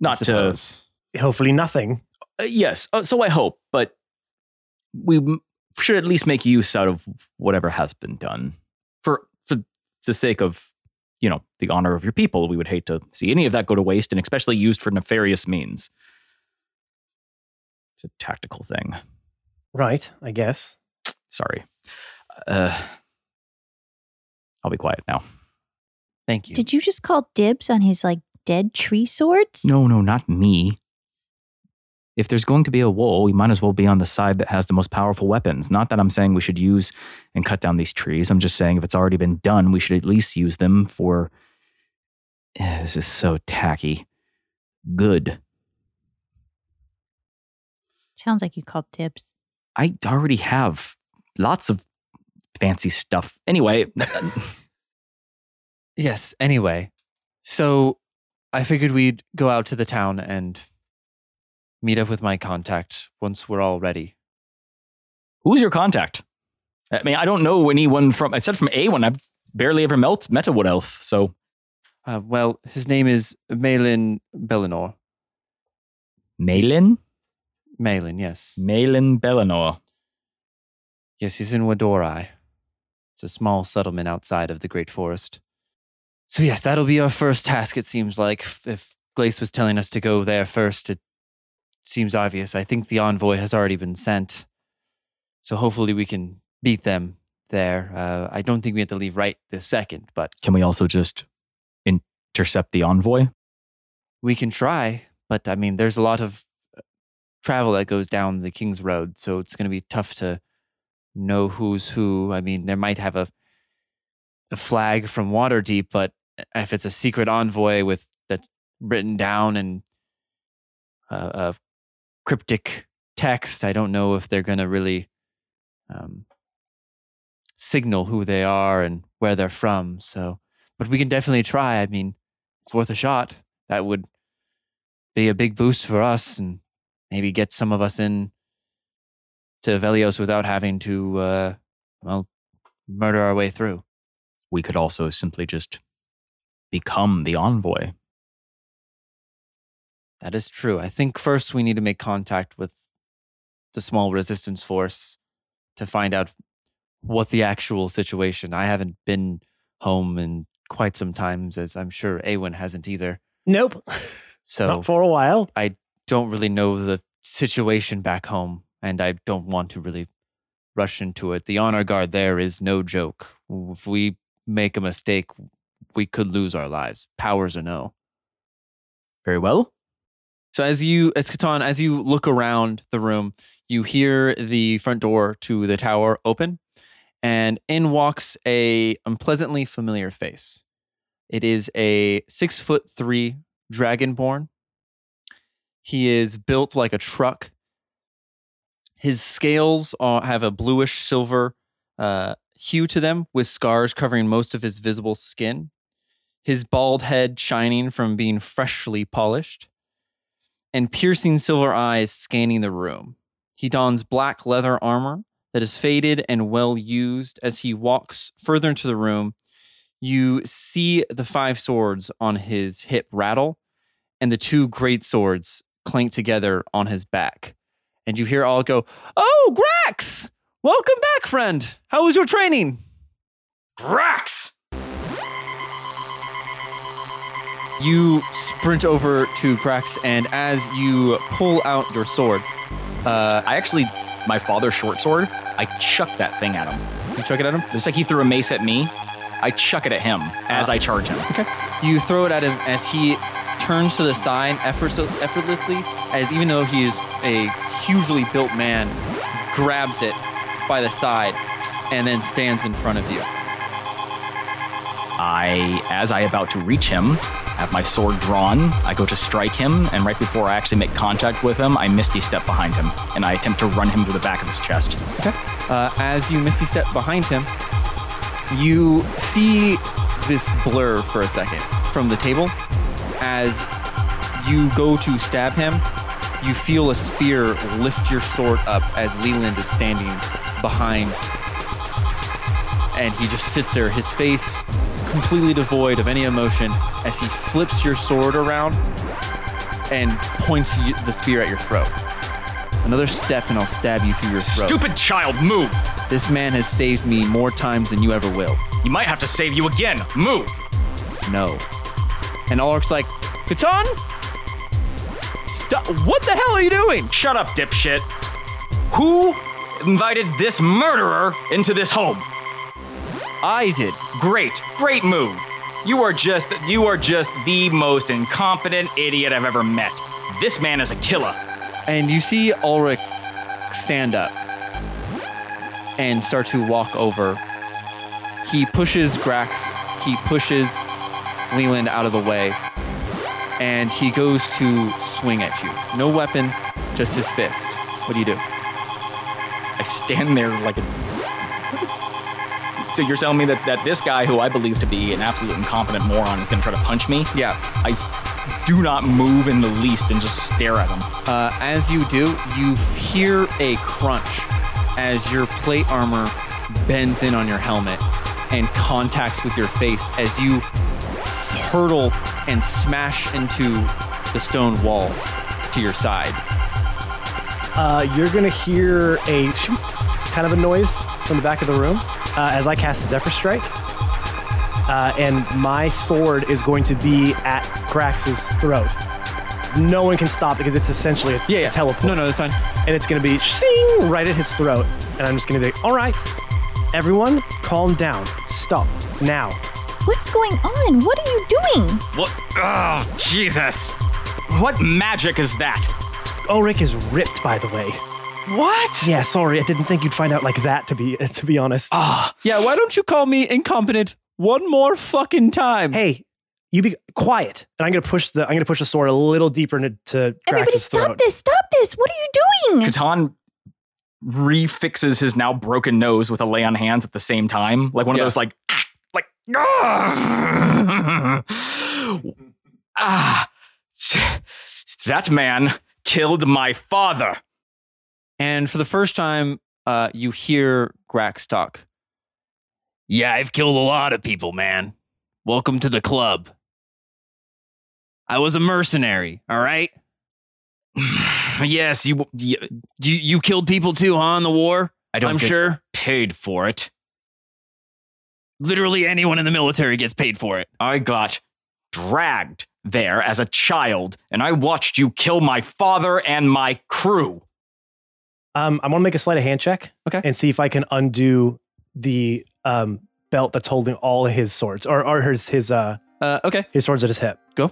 S4: Not to
S2: suppose.
S5: Hopefully, nothing.
S4: Uh, yes, uh, so I hope, but we m- should at least make use out of whatever has been done for for the sake of you know the honor of your people. We would hate to see any of that go to waste, and especially used for nefarious means. It's a tactical thing.
S5: Right, I guess.
S4: Sorry. Uh, I'll be quiet now.
S2: Thank you.
S7: Did you just call dibs on his like dead tree swords?
S4: No, no, not me. If there's going to be a war, we might as well be on the side that has the most powerful weapons. Not that I'm saying we should use and cut down these trees. I'm just saying if it's already been done, we should at least use them for. Eh, This is so tacky. Good.
S7: Sounds like you called dibs.
S4: I already have lots of fancy stuff. Anyway, <laughs>
S2: Yes. Anyway, so I figured we'd go out to the town and meet up with my contact once we're all ready.
S4: who's your contact? I mean, I don't know anyone from, except from A1. I've barely ever met, met a wood elf. So
S2: Uh, well, his name is Malin Bellinor.
S4: Malin?
S2: Malin, yes.
S4: Malin Bellinor.
S2: Yes, he's in Wadorai. It's a small settlement outside of the Great Forest. So, yes, that'll be our first task, it seems like. If- If Glace was telling us to go there first, it seems obvious. I think the envoy has already been sent. So, hopefully, we can beat them there. Uh, I don't think we have to leave right this second, but
S4: Can we also just intercept the envoy?
S2: we can try. But, I mean, there's a lot of uh, travel that goes down the King's Road, so it's going to be tough to know who's who. I mean, there might have a a flag from Waterdeep, but uh, if it's a secret envoy with that's written down in uh, a cryptic text, I don't know if they're going to really um, signal who they are and where they're from. So, but we can definitely try. I mean, it's worth a shot. That would be a big boost for us and maybe get some of us in to Velios without having to, uh, well, murder our way through.
S4: We could also simply just become the envoy.
S2: That is true. I think first we need to make contact with the small resistance force to find out what the actual situation. I haven't been home in quite some times, as I'm sure Awen hasn't either.
S5: Nope. <laughs>
S2: So
S5: Not for a while.
S2: don't really know the situation back home, and I don't want to really rush into it. The honor guard there is no joke. If we make a mistake, we could lose our lives, powers or no.
S4: Very well.
S2: So as you, as Catan, as you look around the room, you hear the front door to the tower open, and in walks a unpleasantly familiar face. It is a six foot three dragonborn. He is built like a truck. His scales are, have a bluish silver uh, hue to them, with scars covering most of his visible skin. His bald head shining from being freshly polished and piercing silver eyes scanning the room. He dons black leather armor that is faded and well used. As he walks further into the room, you see the five swords on his hip rattle and the two great swords clank together on his back. And you hear all go, Oh, Grax! Welcome back, friend. How was your training?
S4: Grax!
S2: You sprint over to Grax, and as you pull out your sword,
S4: Uh, I actually, my father's short sword, I chuck that thing at him.
S2: you chuck it at him.
S4: Just like he threw a mace at me, I chuck it at him as
S2: Ah.
S4: I charge him.
S2: You throw it at him as he turns to the side effort- effortlessly, as even though he is a hugely built man, grabs it by the side and then stands in front of you.
S4: I, as I about to reach him, have my sword drawn. I go to strike him, and right before I actually make contact with him, I misty step behind him, and I attempt to run him to the back of his chest.
S2: Uh, as you misty step behind him, you see this blur for a second from the table. As you go to stab him, you feel a spear lift your sword up as Leland is standing behind. And he just sits there, his face completely devoid of any emotion, as he flips your sword around and points you- the spear at your throat. Another step, and I'll stab you through your throat.
S4: Stupid child, move!
S2: This man has saved me more times than you ever will.
S4: You might have to save you again. Move!
S2: No. And Ulrich's like, Katon? Stop. What the hell are you doing?
S4: Shut up, dipshit. Who invited this murderer into this home?
S2: I did.
S4: Great, great move. You are just you are just the most incompetent idiot I've ever met. This man is a killer.
S2: And you see Ulrich stand up and start to walk over. He pushes Grax, he pushes Leland out of the way, and he goes to swing at you. No weapon, just his fist. What do you do?
S4: I stand there like a. So you're telling me that, that this guy, who I believe to be an absolute incompetent moron, is going to try to punch me?
S2: Yeah,
S4: I s- do not move in the least and just stare at him.
S2: Uh, as you do, you hear a crunch as your plate armor bends in on your helmet and contacts with your face as you hurtle and smash into the stone wall to your side.
S5: Uh, you're gonna hear a shoop kind of a noise from the back of the room uh, as I cast Zephyr Strike, uh, and my sword is going to be at Grax's throat. No one can stop it because it's essentially a, a teleport,
S2: No, no, that's fine.
S5: and it's gonna be shing right at his throat, and I'm just gonna be all right. Everyone, calm down. Stop now.
S7: What's going on? What are you doing?
S4: What? Oh, Jesus! What magic is that?
S5: Ulrich is ripped, by the way.
S4: What?
S5: Yeah, sorry, I didn't think you'd find out like that. To be <laughs> to be honest.
S4: Ah,
S2: Yeah, why don't you call me incompetent one more fucking time?
S5: hey you be quiet and i'm gonna push the i'm gonna push the sword a little deeper into to
S7: Everybody,
S5: Grax's
S7: stop
S5: throat
S7: this! Stop this! What are you doing?
S4: Catan refixes his now broken nose with a lay on hands at the same time, like one
S2: Yeah.
S4: of those like <laughs> "Ah," like ah <laughs> that man killed my father.
S2: And for the first time, uh, you hear Grax talk. Yeah, I've killed a lot of people, man. Welcome to the club. I was a mercenary, all right? <sighs>
S4: yes, you. y-
S2: You, you killed people too, huh, in the war?
S4: I don't.
S2: I'm
S4: get
S2: sure.
S4: paid for it.
S2: Literally anyone in the military gets paid for it.
S4: I got dragged there as a child, and I watched you kill my father and my crew.
S5: um i want to make a sleight of hand check
S2: Okay.
S5: and see if i can undo the um belt that's holding all of his swords or, or his his uh
S2: Uh, okay.
S5: his swords at his hip
S2: Go.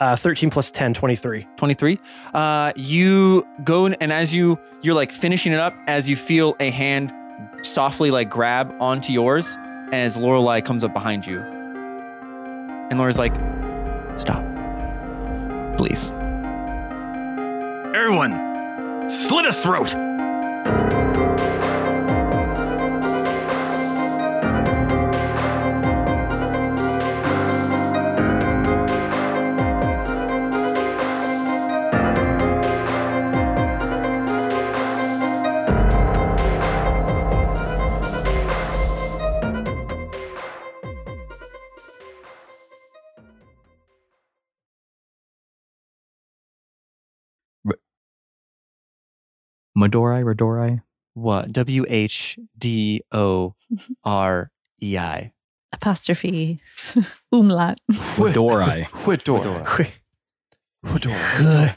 S5: uh 13 plus 10 <laughs> 23
S2: 23 uh you go in, and as you you're like finishing it up as you feel a hand softly like grab onto yours as lorelei comes up behind you and Lorelai's like stop please
S4: Everyone, slit his throat. Midori, Rodori.
S2: What? W H D O R E I.
S7: Apostrophe <laughs> umlaut.
S4: Midori.
S1: Quit door.
S2: Fedora.
S1: Quit door.